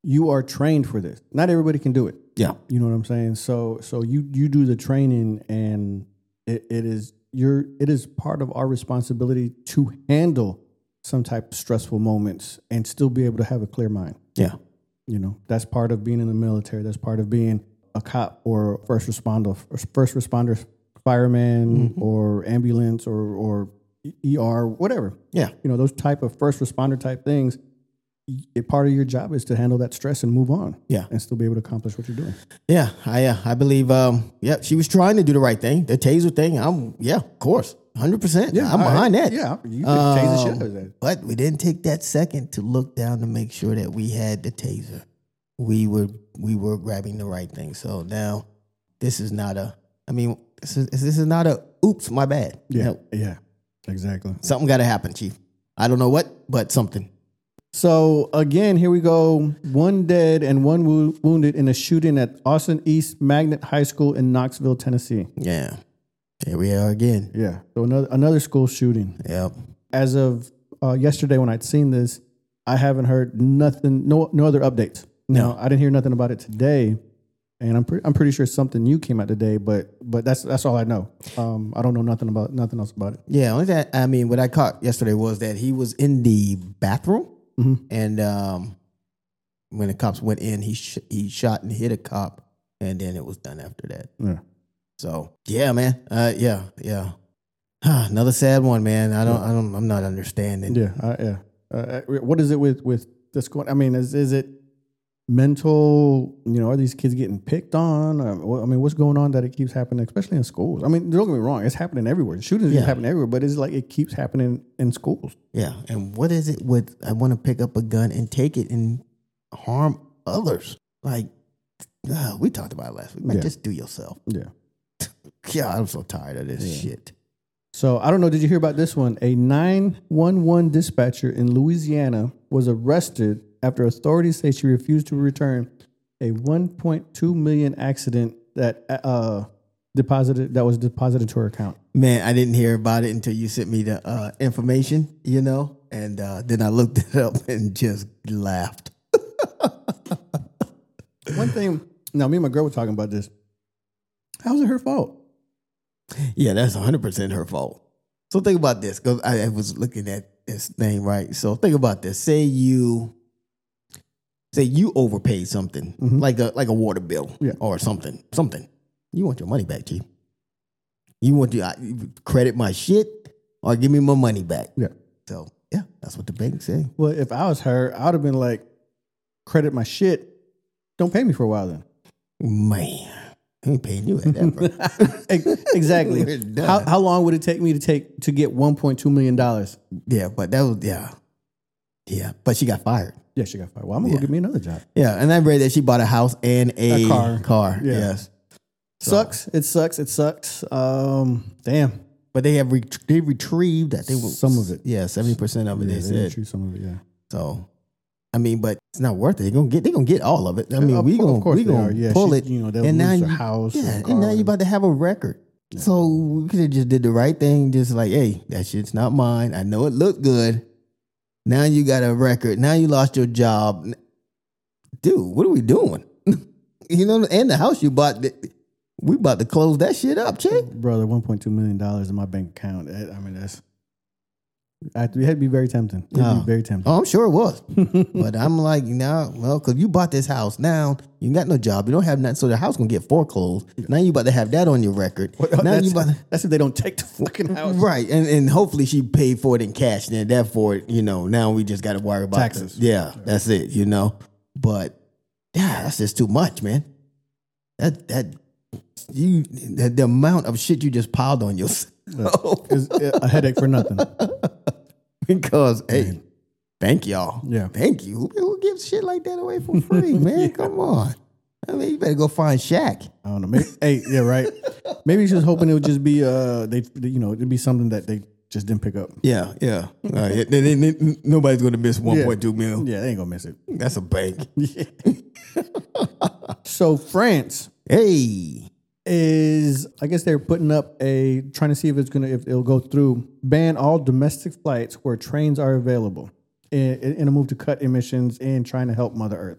You are trained for this. Not everybody can do it.
Yeah,
You know what I'm saying? So, so you you do the training, and it, it is your it is part of our responsibility to handle some type of stressful moments and still be able to have a clear mind.
yeah,
You know, that's part of being in the military. That's part of being a cop or first responder, first responder, fireman or ambulance or or ER, whatever
yeah,
you know those type of first responder type things y- it, part of your job is to handle that stress and move on
Yeah.
and still be able to accomplish what you're doing
yeah. I, uh, I believe, um, yeah, she was trying to do the right thing, the taser thing. I'm, yeah, of course, hundred percent. Yeah, I'm
all right.
behind that.
yeah you could change the shit out
Um,
of that
But we didn't take that second to look down to make sure that we had the taser. We were we were grabbing the right thing. So now this is not a. I mean, this is, this is not a. Oops, my bad.
yeah
No,
yeah exactly
something got to happen, chief. I don't know what, but something.
so again here we go one dead and one wo- wounded in a shooting at austin east magnet high school in knoxville tennessee
Yeah. Here we are again.
yeah so another another school shooting
Yep.
as of uh, yesterday when I'd seen this, I haven't heard nothing. No, no other updates. No, I didn't hear nothing about it today, and I'm pretty. I'm pretty sure something new came out today. But but that's that's all I know. Um, I don't know nothing about nothing else about it.
Yeah, only that I mean, what I caught yesterday was that he was in the bathroom,
Mm-hmm.
and um, when the cops went in, he sh- he shot and hit a cop, and then it was done after that.
Yeah.
So yeah, man, uh, yeah, yeah. Another sad one, man. I don't, I don't, I'm not understanding.
Yeah, I, yeah. Uh, Uh, what is it with with this going? I mean, is is it mental? You know, are these kids getting picked on? Um, wha- I mean, what's going on that it keeps happening, especially in schools? I mean, don't get me wrong, it's happening everywhere. Shootings
Yeah.
just happen everywhere, but it's like it keeps happening in schools.
Yeah, and what is it with I want to pick up a gun and take it and harm others? Like uh, we talked about it last week, man.
Yeah.
Just do yourself.
Yeah.
Yeah, I'm so tired of this shit.
So I don't know. Did you hear about this one? A 911 dispatcher in Louisiana was arrested after authorities say she refused to return a 1.2 million accident that uh, deposited that was deposited to her account.
Man, I didn't hear about it until you sent me the uh, information, you know, and uh, then I looked it up and just laughed.
One thing. Now, me and my girl were talking about this. How's it her fault?
Yeah, that's 100% her fault. So think about this, because I, I was looking at this thing, right? So think about this. Say you say you overpaid something,
Mhm.
like a like a water bill
Yeah.
or something, something. You want your money back, Chief. You want to I- you credit my shit or give me my money back.
Yeah.
So yeah, that's what the bank say.
Well, if I was her, I would have been like, credit my shit. Don't pay me for a while then.
Man, I ain't paying you at that rate.
Ex-
We're
exactly.
done.
how, how long would it take me to take to get one point two million dollars?
Yeah, but that was yeah. Yeah. But she got fired.
Yeah, she got fired. Well, I'm gonna
Yeah.
go get me another job.
Yeah, and I read that she bought a house and a,
A car. Yeah.
Yes, So-
Sucks. It sucks. It sucks. Um, damn.
but they have ret- they retrieved that they were
Some of it.
Yeah, seventy percent of it.
Yeah,
they
they
said
retrieved some of it. Yeah.
so. I mean, but it's not worth it. They're gonna get they gonna get all of it. I mean,
Of
we
cour-
gonna
of course
we
they
gonna
are. Yeah,
pull
she-
it.
you know, they'll
and now
lose
you
her house, her
yeah, and
car,
now you
and-
about to have a record. So we could have just did the right thing. Just like, hey, that shit's not mine. I know it looked good. Now you got a record. Now you lost your job, N- dude. What are we doing? you know, and the house you bought, th- we about to close that shit up, chick.
Brother, one point two million dollars in my bank account. That- I mean, that's. I, it'd be very tempting. It'd
Oh.
be very tempting.
Oh, I'm sure it was. but I'm like, now, well, because you bought this house. Now you got no job. You don't have nothing. So the house going to get foreclosed. Now you about to have that on your record. now
that's,
you about to.
that's if they don't take the fucking house.
Right. And, and hopefully she paid for it in cash. And then therefore, you know, now we just got to worry about
Taxes.
the- yeah, that's it, you know. But yeah, that's just too much, man. That, that, you, the, the amount of shit you just piled on yourself.
It's a headache for nothing.
Because hey, thank y'all.
Yeah.
Thank you. Who, who gives shit like that away for free, man? Come on. I mean, you better go find Shaq.
I don't know. Maybe, hey, yeah, right. Maybe she was hoping it would just be uh, they, you know, it'd be something that they just didn't pick up.
Yeah, yeah. Uh, it- it- it- nobody's gonna miss one point two mil.
Yeah, they ain't gonna miss it.
That's a bank.
So France
Hey.
is, I guess they're putting up a trying to see if it's gonna if it'll go through ban all domestic flights where trains are available in, in a move to cut emissions and trying to help Mother Earth.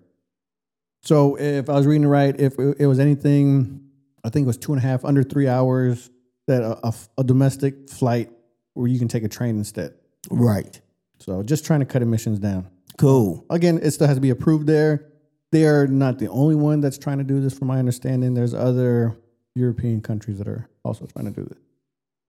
So if I was reading it right, if it it was anything, I think it was two and a half under three hours that a, a f- a domestic flight where you can take a train instead.
Right.
So just trying to cut emissions down.
Cool.
Again, it still has to be approved there. They are not the only one that's trying to do this, from my understanding. There's other European countries that are also trying to do this.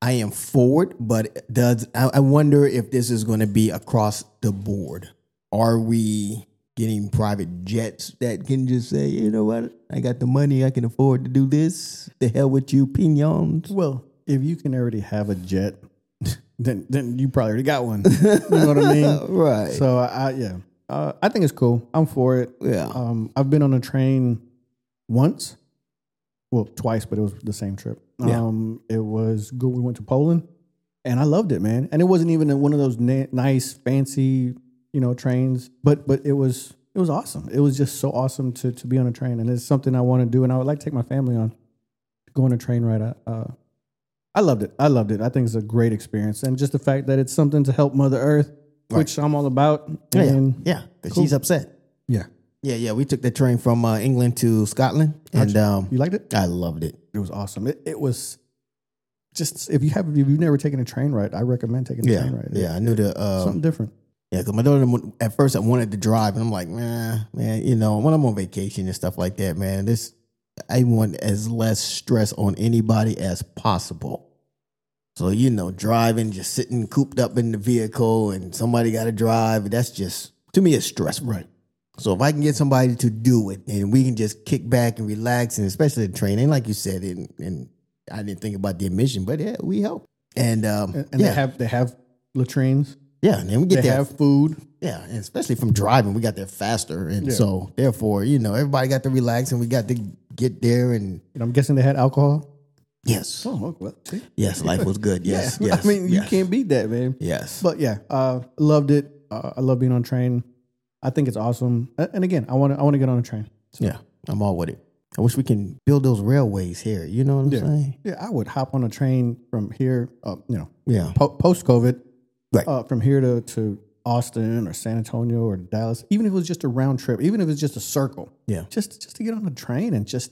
I am forward, but does I, I wonder if this is going to be across the board? Are we getting private jets that can just say, you know what, I got the money, I can afford to do this. The hell with you, pignons.
Well, if you can already have a jet, then then you probably already got one. you know what I mean?
Right.
So I, I yeah, uh, I think it's cool. I'm for it.
yeah.
Um, I've been on a train once, well, twice, but it was the same trip.
Yeah.
Um, it was good. We went to Poland, and I loved it, man. And it wasn't even one of those na- nice, fancy, you know, trains, but but it was it was awesome. It was just so awesome to to be on a train, and it's something I want to do, and I would like to take my family on, go on a train ride. I, Uh, I loved it. I loved it. I think it's a great experience, and just the fact that it's something to help Mother Earth. which I'm all about.
Yeah, yeah,
And
yeah, 'cause she's upset.
yeah.
Yeah, yeah. We took the train from uh, England to Scotland, and um,
You liked it?
I loved it.
It was awesome. It, it was just if you have if you've never taken a train ride, I recommend taking a
Yeah,
train ride.
yeah. I knew the uh,
Something different.
Yeah, because my daughter, at first, I wanted to drive, and I'm like, man, man, you know, when I'm on vacation and stuff like that, man, this, I want as less stress on anybody as possible. So, you know, driving, just sitting cooped up in the vehicle, and somebody got to drive, that's just, to me, it's stressful. Right. So, if I can get somebody to do it, and we can just kick back and relax, and especially the train, and like you said, and, and I didn't think about the admission, but yeah, we help. And, um,
And, and
yeah,
they have they have latrines.
yeah, and then we get
They
there.
have food.
Yeah, and especially from driving, we got there faster, and
Yeah.
so therefore, you know, everybody got to relax, and we got to get there, and
And I'm guessing they had alcohol.
yes,
Oh, well, see?
yes, life was good. Yes, yes,
I mean,
yes,
you can't beat that, man.
yes,
But yeah, uh, loved it. Uh, I love being on train. I think it's awesome. A- And again, I want to I want to get on a train.
yeah, I'm all with it. I wish we can build those railways here. You know what I'm
Yeah.
saying?
Yeah, I would hop on a train from here, uh, you know,
Yeah,
po- post COVID,
Right.
uh, from here to, to Austin or San Antonio or Dallas, even if it was just a round trip, even if it's just a circle,
Yeah.
just just to get on a train and just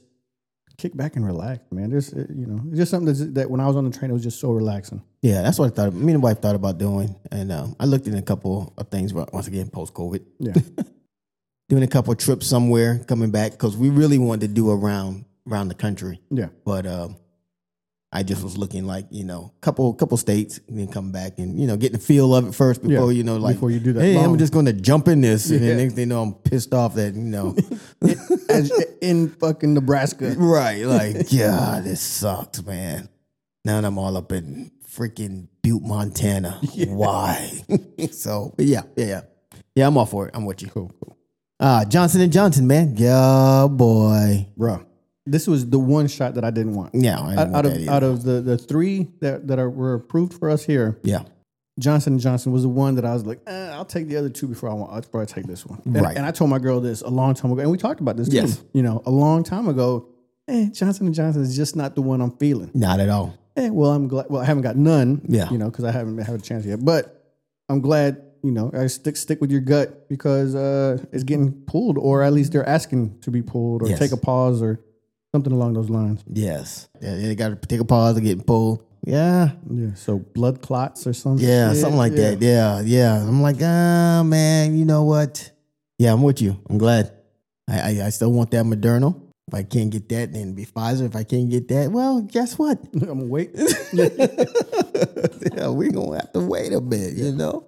kick back and relax, man. There's uh, you know, it's just something that's, that when I was on the train, it was just so relaxing.
yeah, that's what I thought. Me and wife thought about doing, and um, I looked at a couple of things. but Once again, post COVID,
Yeah,
doing a couple of trips somewhere, coming back because we really wanted to do around around the country.
yeah,
but um, I just was looking like you know, couple couple states, and then come back and you know, get the feel of it first before
Yeah,
you know, like
before you do that
Hey, I'm
long."
just going to jump in this, and then
Yeah.
next thing you know, I'm pissed off that you know,
As, in fucking Nebraska.
right? Like, yeah, this sucks, man. Now I'm all up in freaking Butte, Montana. Why? so, but yeah, yeah, yeah, yeah. I'm all for it. I'm with you.
Cool, cool,
Uh, Johnson and Johnson, man. Yeah, boy.
bro. This was the one shot that I didn't want.
Yeah, I
Out,
didn't want
out
that
of
either.
out of the, the three that, that are were approved for us here,
yeah,
Johnson and Johnson was the one that I was like, eh, I'll take the other two before I want before I take this one. And,
Right.
and I told my girl this a long time ago, and we talked about this.
Yes.
too, you know, a long time ago. Eh, Johnson and Johnson is just not the one I'm feeling.
not at all.
Eh, well, I'm glad. Well, I haven't got none.
Yeah.
you know, because I haven't had a chance yet. But I'm glad. You know, I stick stick with your gut because uh, it's getting pulled, or at least they're asking to be pulled, or
Yes.
take a pause, or something along those lines.
Yes. Yeah, they got to take a pause and get pulled. Yeah.
Yeah. So blood clots or something.
Yeah, something like that. Yeah, yeah. I'm like, ah, man, you know what? Yeah, I'm with you. I'm glad. I, I, I still want that Moderna. If I can't get that, then it'd be Pfizer. If I can't get that, well, guess what?
I'm gonna wait.
yeah, we're gonna have to wait a bit, you know.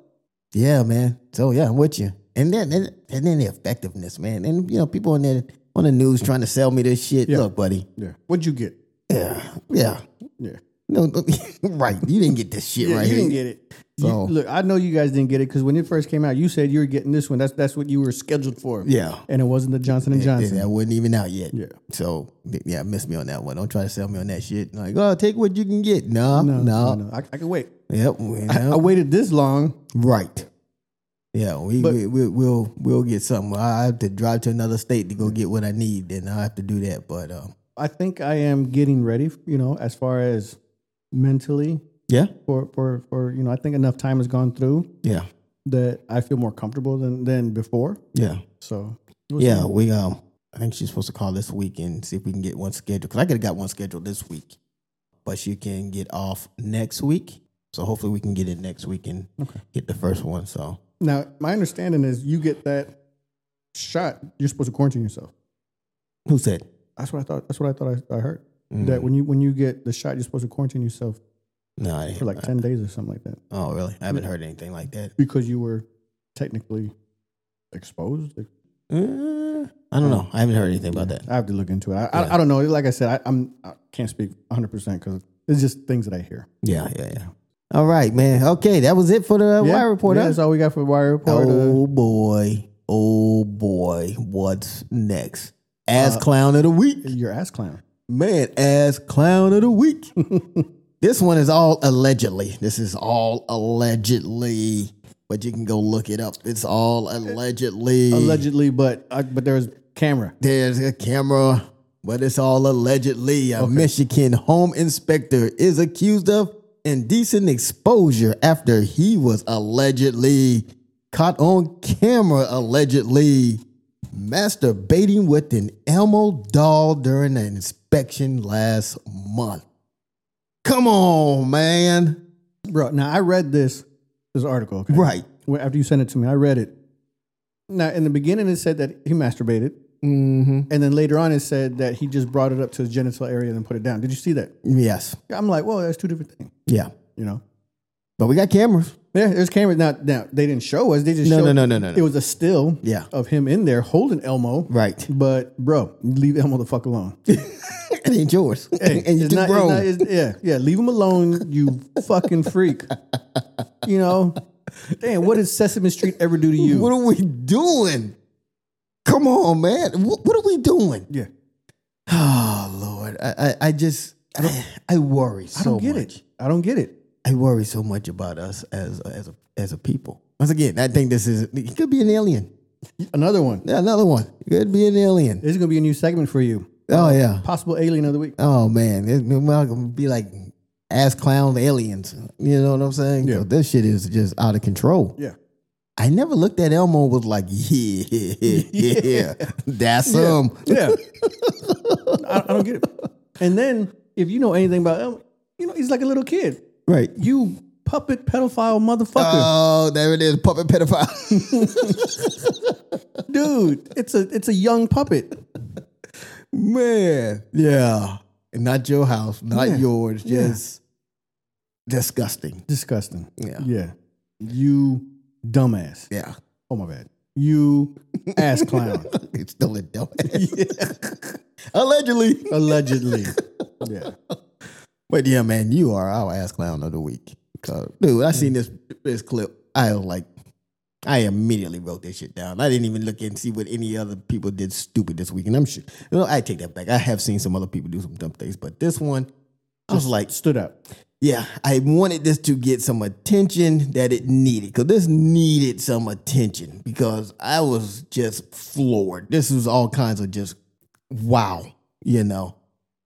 Yeah, man. So yeah, I'm with you. And then and, and then the effectiveness, man. And you know, people on there on the news trying to sell me this shit. Look, buddy.
yeah. What'd you get?
Yeah, yeah.
Yeah.
No, no right. You didn't get this shit
Yeah,
right
you
here.
didn't get it. You-
So-
look, I know you guys didn't get it because when it first came out, you said you were getting this one. That's that's what you were scheduled for.
Yeah.
and it wasn't the Johnson and
Yeah,
Johnson.
that wasn't even out yet.
Yeah.
So yeah, miss me on that one. Don't try to sell me on that shit. Like, oh, take what you can get. No, no.
no, no, I, I could wait.
Yep. we-
I
no.
waited this long.
right. Yeah, we,
But-
we, we we'll we'll get something. I have to drive to another state to go get what I need, and I have to do that. But um,
I think I am getting ready. You know, as far as mentally
yeah,
for for for you know, I think enough time has gone through
yeah,
that I feel more comfortable than than before.
yeah,
So
yeah. We um, I think she's supposed to call this week and see if we can get one scheduled because I could have got one scheduled this week, but she can get off next week. So hopefully we can get it next week and get the first one. So
now my understanding is you get that shot, you're supposed to quarantine yourself.
who said?
That's what I thought. That's what I thought I, I heard.
Mm.
That when you when you get the shot, you're supposed to quarantine yourself
No, I didn't.
for like ten days or something like that
oh, really? I haven't heard anything like that.
because you were technically exposed.
Uh, I don't know. I haven't heard anything about that.
I have to look into it. I, I, I don't know. Like I said, I, I'm I can't speak 100 percent because it's just things that I hear.
Yeah, yeah, yeah. All right, man. Okay, that was it for the
Yeah,
wire report.
Yeah,
huh?
that's all we got for wire report. Uh,
oh boy, oh boy, what's next? Ass
Uh,
clown of the week,
your ass clown.
man. Ass clown of the week. this one is all allegedly. This is all allegedly, but you can go look it up. It's all allegedly.
Allegedly, but I, but there was camera.
There's a camera, but it's all allegedly. A Michigan home inspector is accused of indecent exposure after he was allegedly caught on camera allegedly masturbating with an Elmo doll during an inspection last month. Come on, man.
Bro, now I read this this article. okay?
Right.
Well, After you sent it to me, I read it. Now, in the beginning, it said that he masturbated.
Mm-hmm.
And then later on, it said that he just brought it up to his genital area and then put it down. Did you see that?
Yes.
I'm like, well, that's two different things,
Yeah.
you know?
But we got cameras.
Yeah, there's cameras. Now, now they didn't show us. They just
No,
showed
no, no, no, no, no.
It was a still
Yeah.
of him in there holding Elmo.
Right.
But, bro, leave Elmo the fuck alone.
it ain't yours. and you
It's
too
not- it's
grown.
not- it's- yeah, yeah. Leave him alone, you fucking freak. You know, damn. What did Sesame Street ever do to you?
what are we doing? Come on, man. What, what are we doing?
yeah,
Oh Lord, I I, I just I, don't, I worry so
I don't get
much.
it. I don't get it.
I worry so much about us as as a, as a people. Once again, I think this is it could be an alien.
Another one.
Yeah, another one. Could be an alien.
This is gonna be a new segment for you.
Oh yeah.
Possible alien of the week.
Oh man, it, Malcolm be like ass clown aliens. You know what I'm saying?
Yeah.
So this shit is just out of control.
Yeah.
I never looked at Elmo and was like, yeah, yeah, yeah, that's um.
Yeah. I, I don't get it. And then if you know anything about Elmo, you know he's like a little kid.
Right.
You puppet pedophile motherfucker,
Oh, there it is, puppet pedophile.
dude. It's a it's a young puppet.
Man. Yeah. And not your house, not
Yeah.
yours.
Yeah.
Just disgusting.
Disgusting.
Yeah.
Yeah. You dumbass.
Yeah.
Oh my bad. You ass clown.
It's still a dumbass. Allegedly.
Allegedly. Yeah.
But yeah, man, you are our ass clown of the week. 'Cause, Dude, I seen this this clip. I was like, I immediately wrote this shit down. I didn't even look and see what any other people did stupid this week. And I'm sure, you know, I take that back. I have seen some other people do some dumb things, but this one, I was like,
Stood out.
yeah, I wanted this to get some attention that it needed because this needed some attention because I was just floored. This was all kinds of just wow, you know.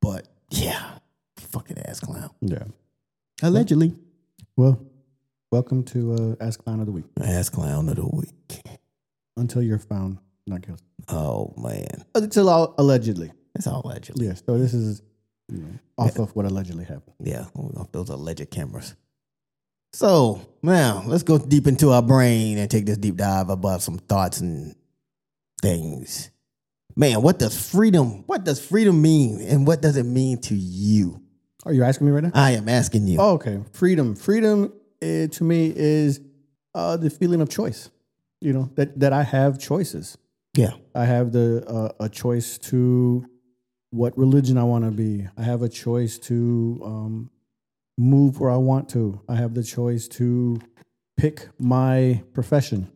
But yeah, fucking ass clown.
Yeah.
Allegedly.
Well, welcome to uh, Ask Clown of the Week.
Ass clown of the week.
Until you're found not guilty.
Oh man.
Until all, allegedly.
That's all allegedly.
Yeah. So this is you know, off of what allegedly happened.
Yeah, we got those alleged cameras. So now let's go deep into our brain and take this deep dive about some thoughts and things. Man, what does freedom? What does freedom mean, and what does it mean to you?
Are you asking me right now?
I am asking you.
Oh, okay. Freedom. Freedom eh, to me is uh, the feeling of choice. You know that that I have choices.
yeah,
I have the uh, a choice to what religion I want to be. I have a choice to um, move where I want to. I have the choice to pick my profession.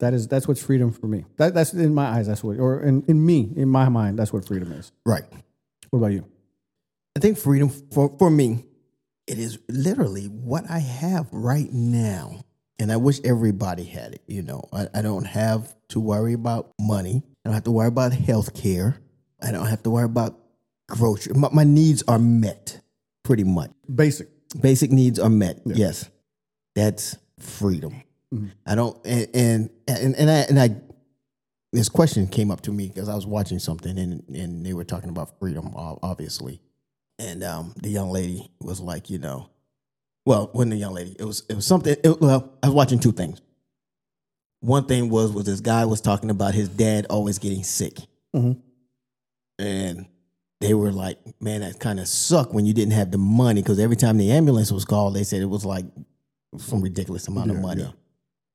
That is that's what's freedom for me. That, that's in my eyes. That's what, or in, in me, in my mind, that's what freedom is.
right.
What about you?
I think freedom for, for me, it is literally what I have right now. And I wish everybody had it, you know. I, I don't have to worry about money. I don't have to worry about health care. I don't have to worry about grocery. My, my needs are met pretty much.
Basic.
Basic needs are met.
Yeah.
Yes. That's freedom.
Mhm.
I don't and and and, and I and I this question came up to me because I was watching something and and they were talking about freedom, ob- obviously. And um, the young lady was like, you know, well, when the young lady, it was it was something. It, well, I was watching two things. One thing was was this guy was talking about his dad always getting sick,
Mhm.
and they were like, man, that kind of sucked when you didn't have the money because every time the ambulance was called, they said it was like some ridiculous amount of
Yeah,
money.
yeah.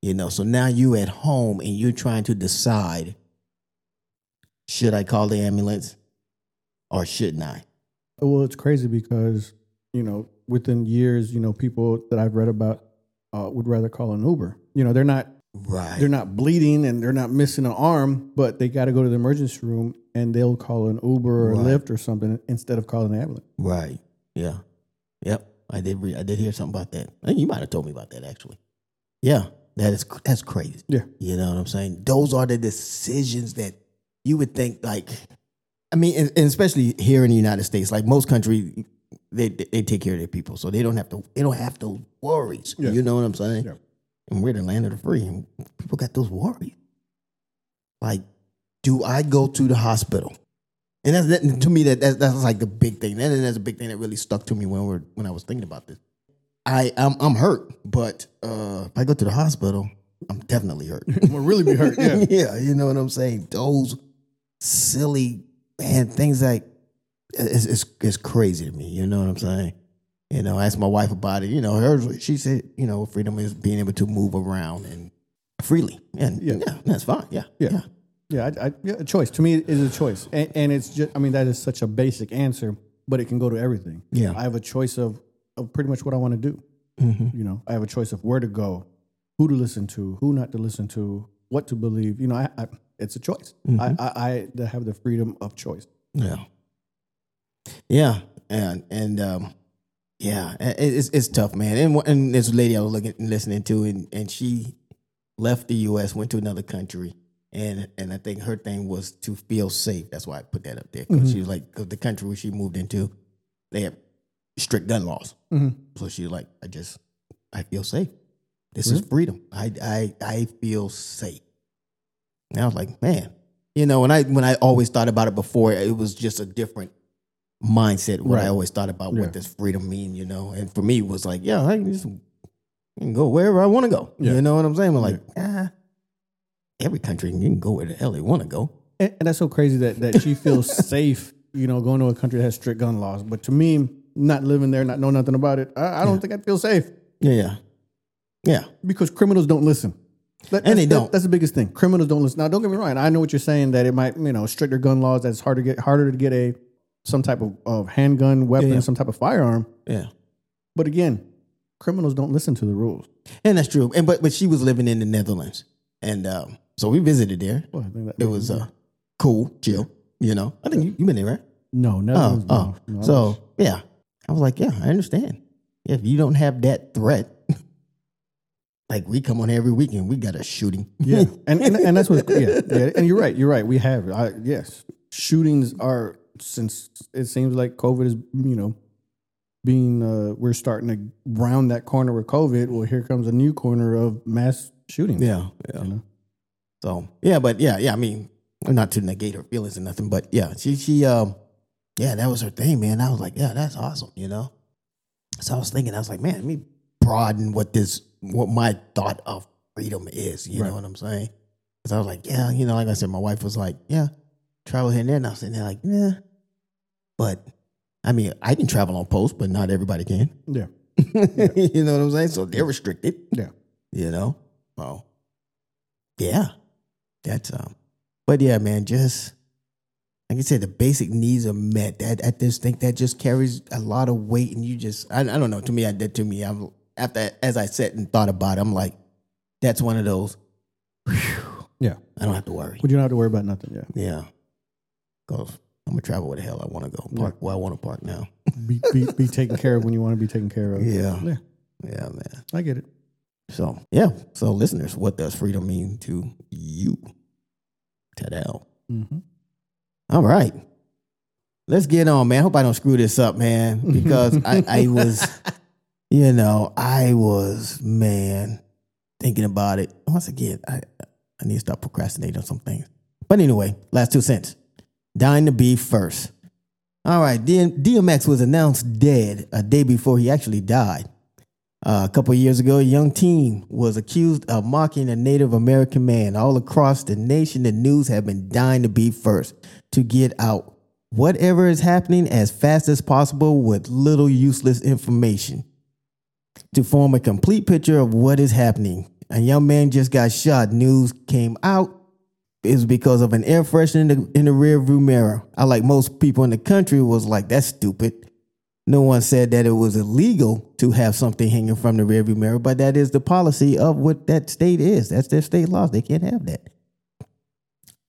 You know, so now you at home and you're trying to decide should I call the ambulance or shouldn't I?
Well, it's crazy because you know within years, you know people that I've read about uh, would rather call an Uber. You know they're not
Right.
they're not bleeding and they're not missing an arm, but they got to go to the emergency room and they'll call an Uber or
Right.
Lyft or something instead of calling an ambulance.
Right. Yeah. Yep. I did. Re- I did hear something about that. I think you might have told me about that actually. Yeah. That is that's crazy.
Yeah.
You know what I'm saying? Those are the decisions that you would think like. I mean, and, and especially here in the United States, like most countries, they they take care of their people, so they don't have to they don't have to worries.
Yeah.
You know what I'm saying?
Yeah.
and we're the land of the free, and people got those worries. Like, do I go to the hospital? And that's that, to me that that's, that's like the big thing. That, that's a big thing that really stuck to me when we're when I was thinking about this. I I'm, I'm hurt, but uh, if I go to the hospital, I'm definitely hurt.
I'm gonna really be hurt. Yeah.
yeah, you know what I'm saying. Those silly man things like it's, it's it's crazy to me. You know what I'm saying. You know, I asked my wife about it. You know, hers she said, you know, freedom is being able to move around and freely, and yeah,
Yeah.
that's fine. Yeah,
Yeah. Yeah, I, I, yeah, a choice. To me, it is a choice, and, and it's just. I mean, that is such a basic answer, but it can go to everything.
Yeah. Mm-hmm.
I have a choice of, of pretty much what I want to do. You know, I have a choice of where to go, who to listen to, who not to listen to, what to believe. You know, I, I it's a choice.
Mm-hmm.
I, I, I to have the freedom of choice.
Yeah. Yeah, and and um, yeah, i- i- it's it's tough, man. And one- and this lady I was looking listening to, and and she left the U.S., went to another country, and and I think her thing was to feel safe. That's why I put that up there because she was like, because the country where she moved into, they have strict gun laws, so she was like, I just I feel safe. This is freedom. I I I feel safe. And I was like, man, you know, when I when I always thought about it before, it was just a different mindset. What I
Right.
always thought about
Yeah.
what does freedom mean, you know. And for me, it was like, yeah, I can just I can go wherever I want to go.
Yeah.
You know what I'm saying? I'm like, ah, every country you can go where the hell they want to go.
And, and that's so crazy that that she feels safe. You know, going to a country that has strict gun laws, but to me, not living there, not know nothing about it, I, I don't think I'd feel safe.
Yeah, yeah, yeah.
because criminals don't listen. That-
And they
that's-
don't.
That's the biggest thing. Criminals don't listen. Now, don't get me wrong. and I know what you're saying that it might, you know, stricter gun laws. That it's harder to get harder to get a some type of, of handgun weapon,
yeah.
some type of firearm.
yeah.
But again, criminals don't listen to the rules.
And that's true. And but but she was living in the Netherlands, and um, so we visited there.
Well, I think that
It was uh, cool, chill. You know, I think you you been there, right?
no,
Oh,
Netherlands.
oh.
no, no, I
so
was-
yeah, I was like, yeah, I understand. If you don't have that threat, like we come on every weekend, we got a shooting.
yeah, and, and and that's what yeah, yeah. And you're right. You're right. We have I, yes, shootings are since it seems like COVID is you know being uh, we're starting to round that corner with COVID. Well, here comes a new corner of mass shootings.
yeah, yeah.
You know?
So yeah, but yeah, yeah. I mean, not to negate her feelings or nothing, but yeah, she she um, yeah, that was her thing, man. I was like, yeah, that's awesome, you know. So I was thinking, I was like, man, let me broaden what this, what my thought of freedom is. You
Right.
know what I'm saying? Because I was like, yeah, you know, like I said, my wife was like, yeah, travel here and there, and I was sitting there like, yeah, but I mean, I can travel on post, but not everybody can.
Yeah.
you know what I'm saying? So they're restricted.
Yeah.
You know? Oh. Yeah. That's um but yeah, man, just like I said, the basic needs are met. That I just think that just carries a lot of weight and you just I, I don't know. To me, I that to me, I'm after as I sat and thought about it, I'm like, that's one of those. whew,
Yeah.
I don't have to worry.
But you don't have to worry about nothing. Yeah.
Yeah. Cause I'm gonna travel where the hell I wanna go. Park where I wanna park now.
Be, be, be taken care of when you want to be taken care of.
Yeah.
Yeah.
Yeah, man.
I get it.
So yeah. So listeners, what does freedom mean to you? Ta-da.
Mm-hmm.
All right. Let's get on, man. I hope I don't screw this up, man. Because I, I was, you know, I was, man, thinking about it. Once again, I, I need to stop procrastinating on some things. But anyway, last two cents. Dying to be first. All right. D- DMX was announced dead a day before he actually died. Uh, a couple years ago, a young teen was accused of mocking a Native American man. All across the nation, the news have been dying to be first to get out whatever is happening as fast as possible with little useless information to form a complete picture of what is happening. A young man just got shot. News came out. It was because of an air freshener in the, in the rear view mirror. I, like most people in the country, was like, that's stupid. No one said that it was illegal to have something hanging from the rearview mirror, but that is the policy of what that state is. That's their state laws. They can't have that.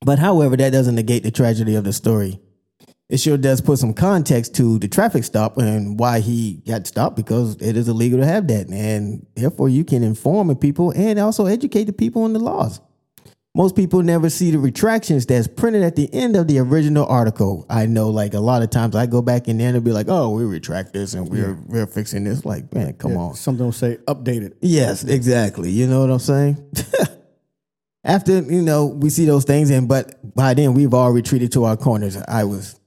But however, that doesn't negate the tragedy of the story. It sure does put some context to the traffic stop and why he got stopped because it is illegal to have that. And therefore, you can inform the people and also educate the people on the laws. Most people never see the retractions that's printed at the end of the original article. I know, like a lot of times, I go back in there and be like, "Oh, we retract this and we're we're fixing this." Like, man, come on.
Something will say updated.
Yes, exactly. You know what I'm saying? After, you know, we see those things and but by then we've all retreated to our corners. I was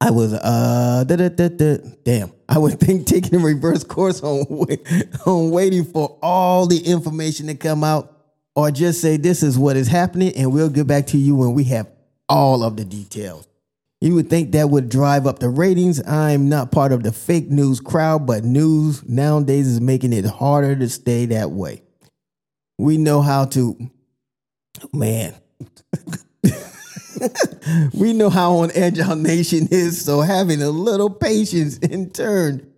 I was uh da, da, da, da. damn. I was think taking a reverse course on wait, on waiting for all the information to come out or just say this is what is happening and we'll get back to you when we have all of the details. You would think that would drive up the ratings. I'm not part of the fake news crowd, but news nowadays is making it harder to stay that way. We know how to, man. we know how on edge our nation is, so having a little patience in turn,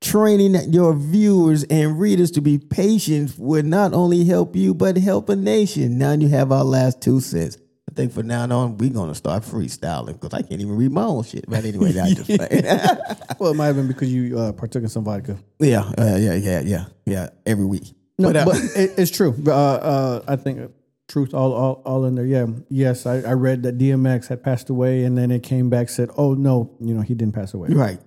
training your viewers and readers to be patient would not only help you, but help a nation. Now you have our last two cents. I think from now on, we're going to start freestyling because I can't even read my own shit. But anyway, I just playing.
Well, it might have been because you uh, partook in some vodka.
Yeah, uh, yeah, yeah, yeah, yeah. Every week.
No,
But, uh,
but it, it's true. Uh, uh, I think uh, truth all, all all in there. Yeah, yes, I, I read that DMX had passed away, and then it came back said, "Oh no, you know he didn't pass away."
right.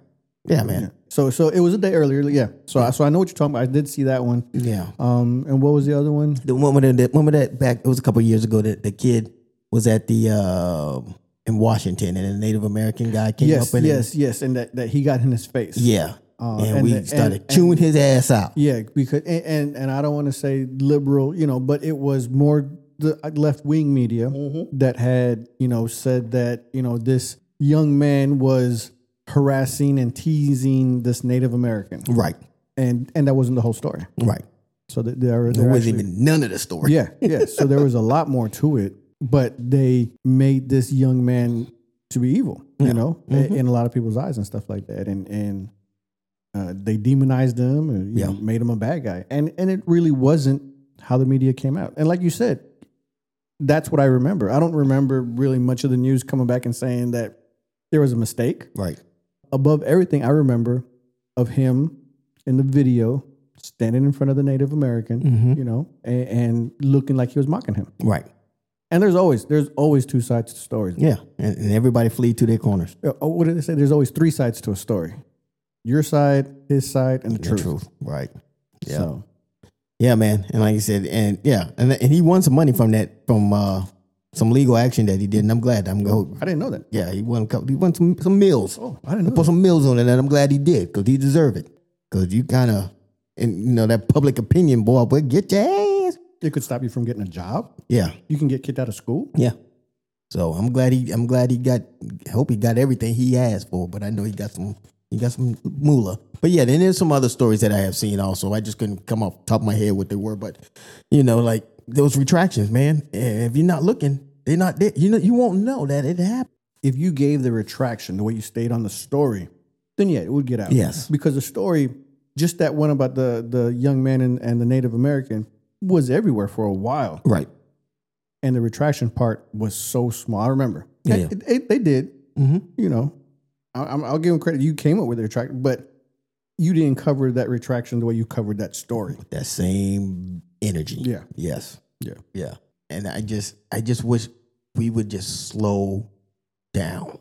Yeah, man.
So so it was a day earlier. Yeah. So I so I know what you're talking about. I did see that one.
Yeah.
Um, and what was the other one?
The woman that the woman that back it was a couple of years ago that the kid was at the uh, in Washington and a Native American guy came
Yes,
up and
yes, yes, and that, that he got in his face.
yeah,
Uh,
and,
and
we
the- and-
started
and-
chewing his ass out.
Yeah, because and and, and I don't want to say liberal, you know, but it was more the uh, left wing media that had you know said that you know this young man was harassing and teasing this Native American,
Right,
and and that wasn't the whole story.
right.
So th- there,
It
there
wasn't
actually-
even none of the story.
yeah, yeah. So there was a lot more to it, but they made this young man to be evil, you know, i-
Mm-hmm.
in a lot of people's eyes and stuff like that, and and uh, they demonized him and you
Yeah.
know, made him a bad guy, and and it really wasn't how the media came out, and like you said, that's what I remember. I don't remember really much of the news coming back and saying that there was a mistake.
Right.
Above everything, I remember of him in the video standing in front of the Native American
Mm-hmm.
you know, and, and looking like he was mocking him.
Right.
And there's always there's always two sides to stories.
Yeah, and, and everybody flee to their corners.
Uh, Oh, what did they say? There's always three sides to a story: your side, his side, and the
The
truth.
truth. Right. Yeah.
So
Yeah, man. And like you said, and yeah, and, and he won some money from that from uh some legal action that he did, and I'm glad. I'm go.
I didn't know that.
Yeah, he won. a couple- He won some some meals.
Oh, I didn't
I
know.
put some meals on it, and I'm glad he did because he deserved it. Because you kind of, and you know that public opinion, boy, but get your ass.
That. It could stop you from getting a job.
Yeah,
You can get kicked out of school.
yeah. So I'm glad he, I'm glad he got. I hope he got everything he asked for, but I know he got some, he got some moolah. But yeah, then there's some other stories that I have seen also. I just couldn't come off the top of my head what they were, but you know, like those retractions, man. If you're not looking, they're not there. You know, you won't know that it happened.
If you gave the retraction the way you stayed on the story, then yeah, it would get out.
Yes.
because the story, just that one about the the young man and, and the Native American, was everywhere for a while.
Right.
and the retraction part was so small. I remember.
Yeah,
And it- it- they did.
Mhm.
You know, I, I'm- I'll give them credit. You came up with the retraction, but you didn't cover that retraction the way you covered that story.
that same energy.
Yeah.
Yes.
Yeah.
Yeah. And I just I just wish we would just slow down.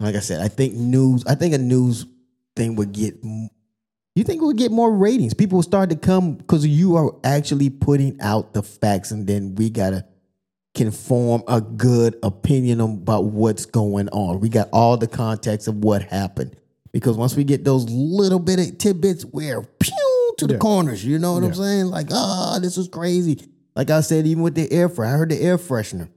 Like I said, I think news I think a news thing would get m- you think we would get more ratings. People would start to come because you are actually putting out the facts and then we gotta can form a good opinion about what's going on. We got all the context of what happened. Because once we get those little bit of tidbits, we're pew to the
Yeah.
corners. You know what I'm
Yeah.
saying? Like, ah, this is crazy. Like I said, even with the air fryer, I heard the air freshener.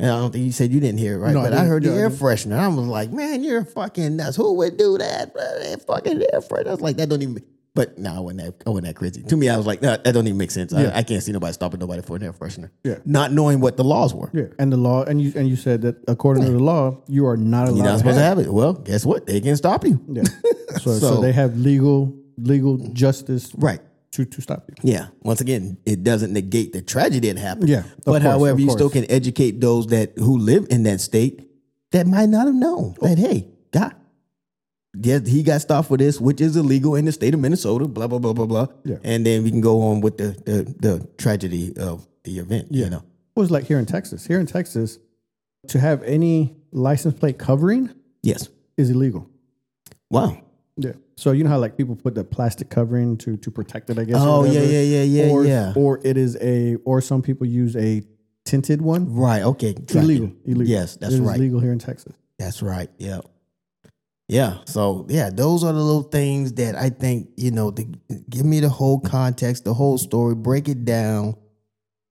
And I don't think you said you didn't hear it, right?
No, I
but I,
didn't.
heard
Yeah,
the
I
air
didn't.
freshener. I was like, man, you're fucking nuts. Who would do that? Bro? That Fucking air freshener. I was like, that don't even. But no, I wasn't that. I wasn't that crazy. To me, I was like, nah, that don't even make sense.
Yeah.
I, I can't see nobody stopping nobody for an air freshener.
Yeah.
Not knowing what the laws were.
Yeah. And the law, and you and you said that according to the law, you are not allowed
You're not
to
supposed
have.
to have it. Well, guess what? They can stop you.
Yeah. So, so,
So-
they have legal legal justice
Right.
to to stop you.
Yeah. Once again, it doesn't negate the tragedy that happened.
Yeah, of
But
course,
however,
of
you still
course.
can educate those that who live in that state that might not have known
Oh.
that hey, God, yeah, he got stopped for this, which is illegal in the state of Minnesota. Blah blah blah blah blah.
Yeah.
And then we can go on with the the, the tragedy of the event. You know.
was like here in Texas. Here in Texas, to have any license plate covering
Yes.
is illegal.
Wow.
Yeah. So you know how like people put the plastic covering to to protect it, I guess. or
Oh, yeah,
whatever?
yeah, yeah, yeah,
or,
yeah.
Or it is a or some people use a tinted one.
Right. Okay. Tracking.
Illegal. Illegal.
Yes, that's
It is
right.
Illegal here in Texas.
That's right. Yeah. Yeah. So yeah, those are the little things that I think, you know, to give me the whole context, the whole story, break it down.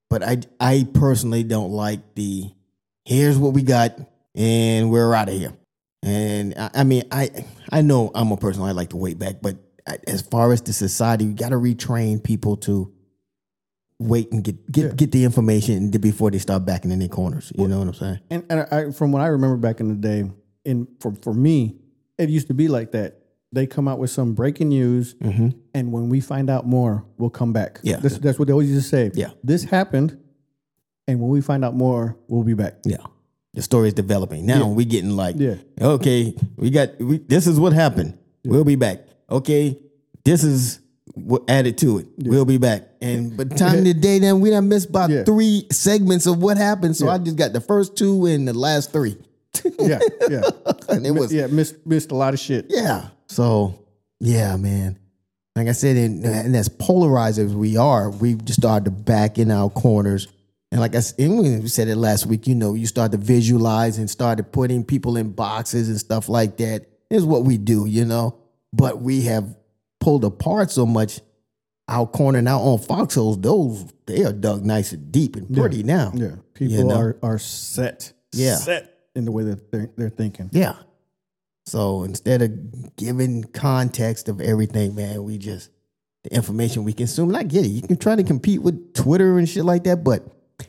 But I I personally don't like the here's what we got and we're out of here. And I, I mean, I I know I'm a person I like to wait back, but I- as far as the society, you got to retrain people to wait and get get, get the information before they start backing in their corners. You know what I'm saying?
And and I from what I remember back in the day, in for for me, it used to be like that. They come out with some breaking news,
Mm-hmm.
and when we find out more, we'll come back.
Yeah.
that's, that's what they always used to say.
Yeah.
this happened, and when we find out more, we'll be back.
Yeah. The story is developing. Now we getting like,
Yeah.
okay, we got we, this is what happened. We'll be back. Okay, this is what added to it. We'll be back. And by the time of the day, then we done missed about
Yeah.
three segments of what happened. So
Yeah.
I just got the first two and the last three.
Yeah, yeah,
And it was
yeah. Missed missed a lot of shit.
yeah. So, yeah, man. Like I said, and, and as polarized as we are, we've just started to back in our corners. And like I s- and we said it last week, you know, you start to visualize and started putting people in boxes and stuff like that. Is what we do, you know. But we have pulled apart so much our corner now on foxholes. Those they are dug nice and deep and pretty now.
Yeah, people
know?
are are set.
Yeah.
set in the way that they're, they're thinking.
Yeah. So instead of giving context of everything, man, we just the information we consume. And I get it. You can try to compete with Twitter and shit like that, but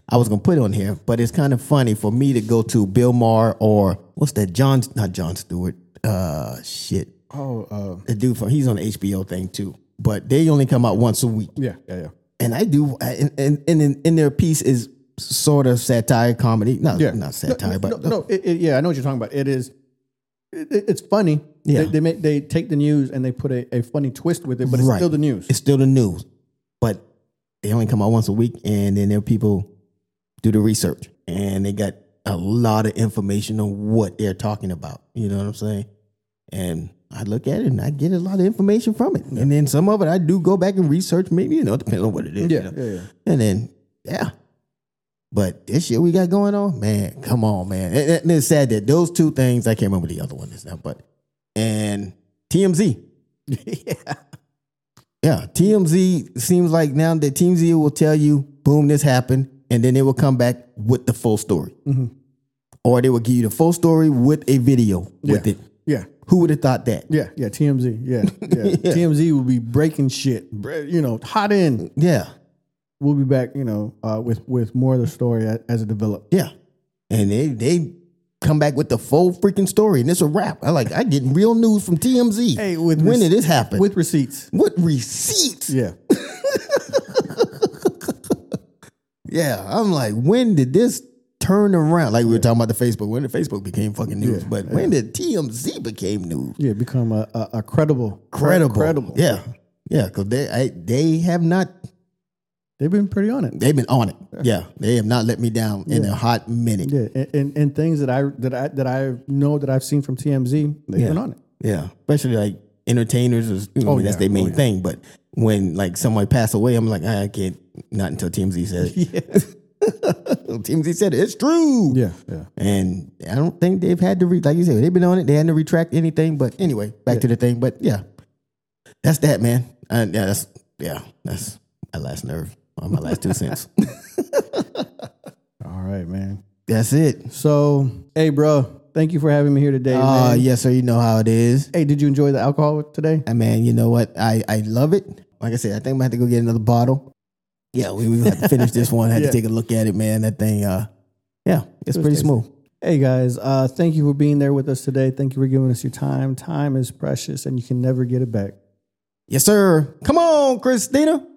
I was gonna put it on here. But it's kind of funny for me to go to Bill Maher or what's that? John, not John Stewart. Uh, shit.
Oh, uh,
The dude from he's on the HBO thing too. But they only come out once a week
yeah, yeah, yeah.
and I do, and and and in, in their piece is sort of satire comedy. No,
Yeah.
not satire,
no,
but
no, no, it, it- yeah, I know what you're talking about. It is, it, it- it's funny.
Yeah.
they, they make they take the news and they put a, a funny twist with it, but it's
Right.
still the news.
it's still the news, but they only come out once a week, and then their people do the research, and they got a lot of information on what they're talking about. You know what I'm saying? And I look at it, and I get a lot of information from it, and then some of it I do go back and research. Maybe you know, depending on what it is. you
yeah,
know?
yeah, yeah.
And then, yeah. But this shit we got going on, man, come on, man. And, and it's sad that those two things, I can't remember the other one is now, but, and TMZ. yeah. Yeah. TMZ seems like now that TMZ will tell you, boom, this happened. And then they will come back with the full story. Or they will give you the full story with a video with
Yeah.
it.
Yeah,
Who would have thought that?
yeah, yeah. TMZ, yeah, yeah. TMZ will be breaking shit. bre- You know, hot in.
Yeah.
We'll be back. You know, uh, with with more of the story a- as it develops.
Yeah. And they they come back with the full freaking story and it's a wrap. I like I get real news from TMZ.
Hey, with
when
rece-
did this happen? With
With receipts,
what receipts? Yeah.
yeah,
I'm like, when did this turn around? Like we were talking about the Facebook, when did Facebook became fucking news. but when did TMZ became news?
yeah. Become a, a, a credible,
Credible.
credible.
Yeah. Yeah, because they I, they have not
They've been pretty on it.
they've been on it. Yeah. They have not let me down in a hot minute.
Yeah, and, and, and things that I that I that I know that I've seen from TMZ, they've
Yeah.
been on it.
Yeah, especially like entertainers. Is, you know,
Oh,
that's
yeah.
their main
Oh, yeah.
thing. But when like somebody passed away, I'm like, I can't. Not until TMZ says it. TMZ said it. It's true.
Yeah, yeah.
And I don't think they've had to re like you said they've been on it. They hadn't retract anything. But anyway, back to the thing. But yeah, that's that, man. And yeah, that's yeah, that's my last nerve on my last two cents.
All right, man.
That's it.
So, hey, bro, thank you for having me here today.
Oh
man.
yes, sir. You know how it is.
Hey, did you enjoy the alcohol today?
And man, you know what? I, I love it. Like I said, I think I'm gonna have to go get another bottle. Yeah, we, we have to finish this one. I had
Yeah.
to take a look at it, man. That thing, uh, yeah, it's pretty smooth.
Hey guys, uh, thank you for being there with us today. Thank you for giving us your time. Time is precious, and you can never get it back.
Yes, sir. Come on, Christina.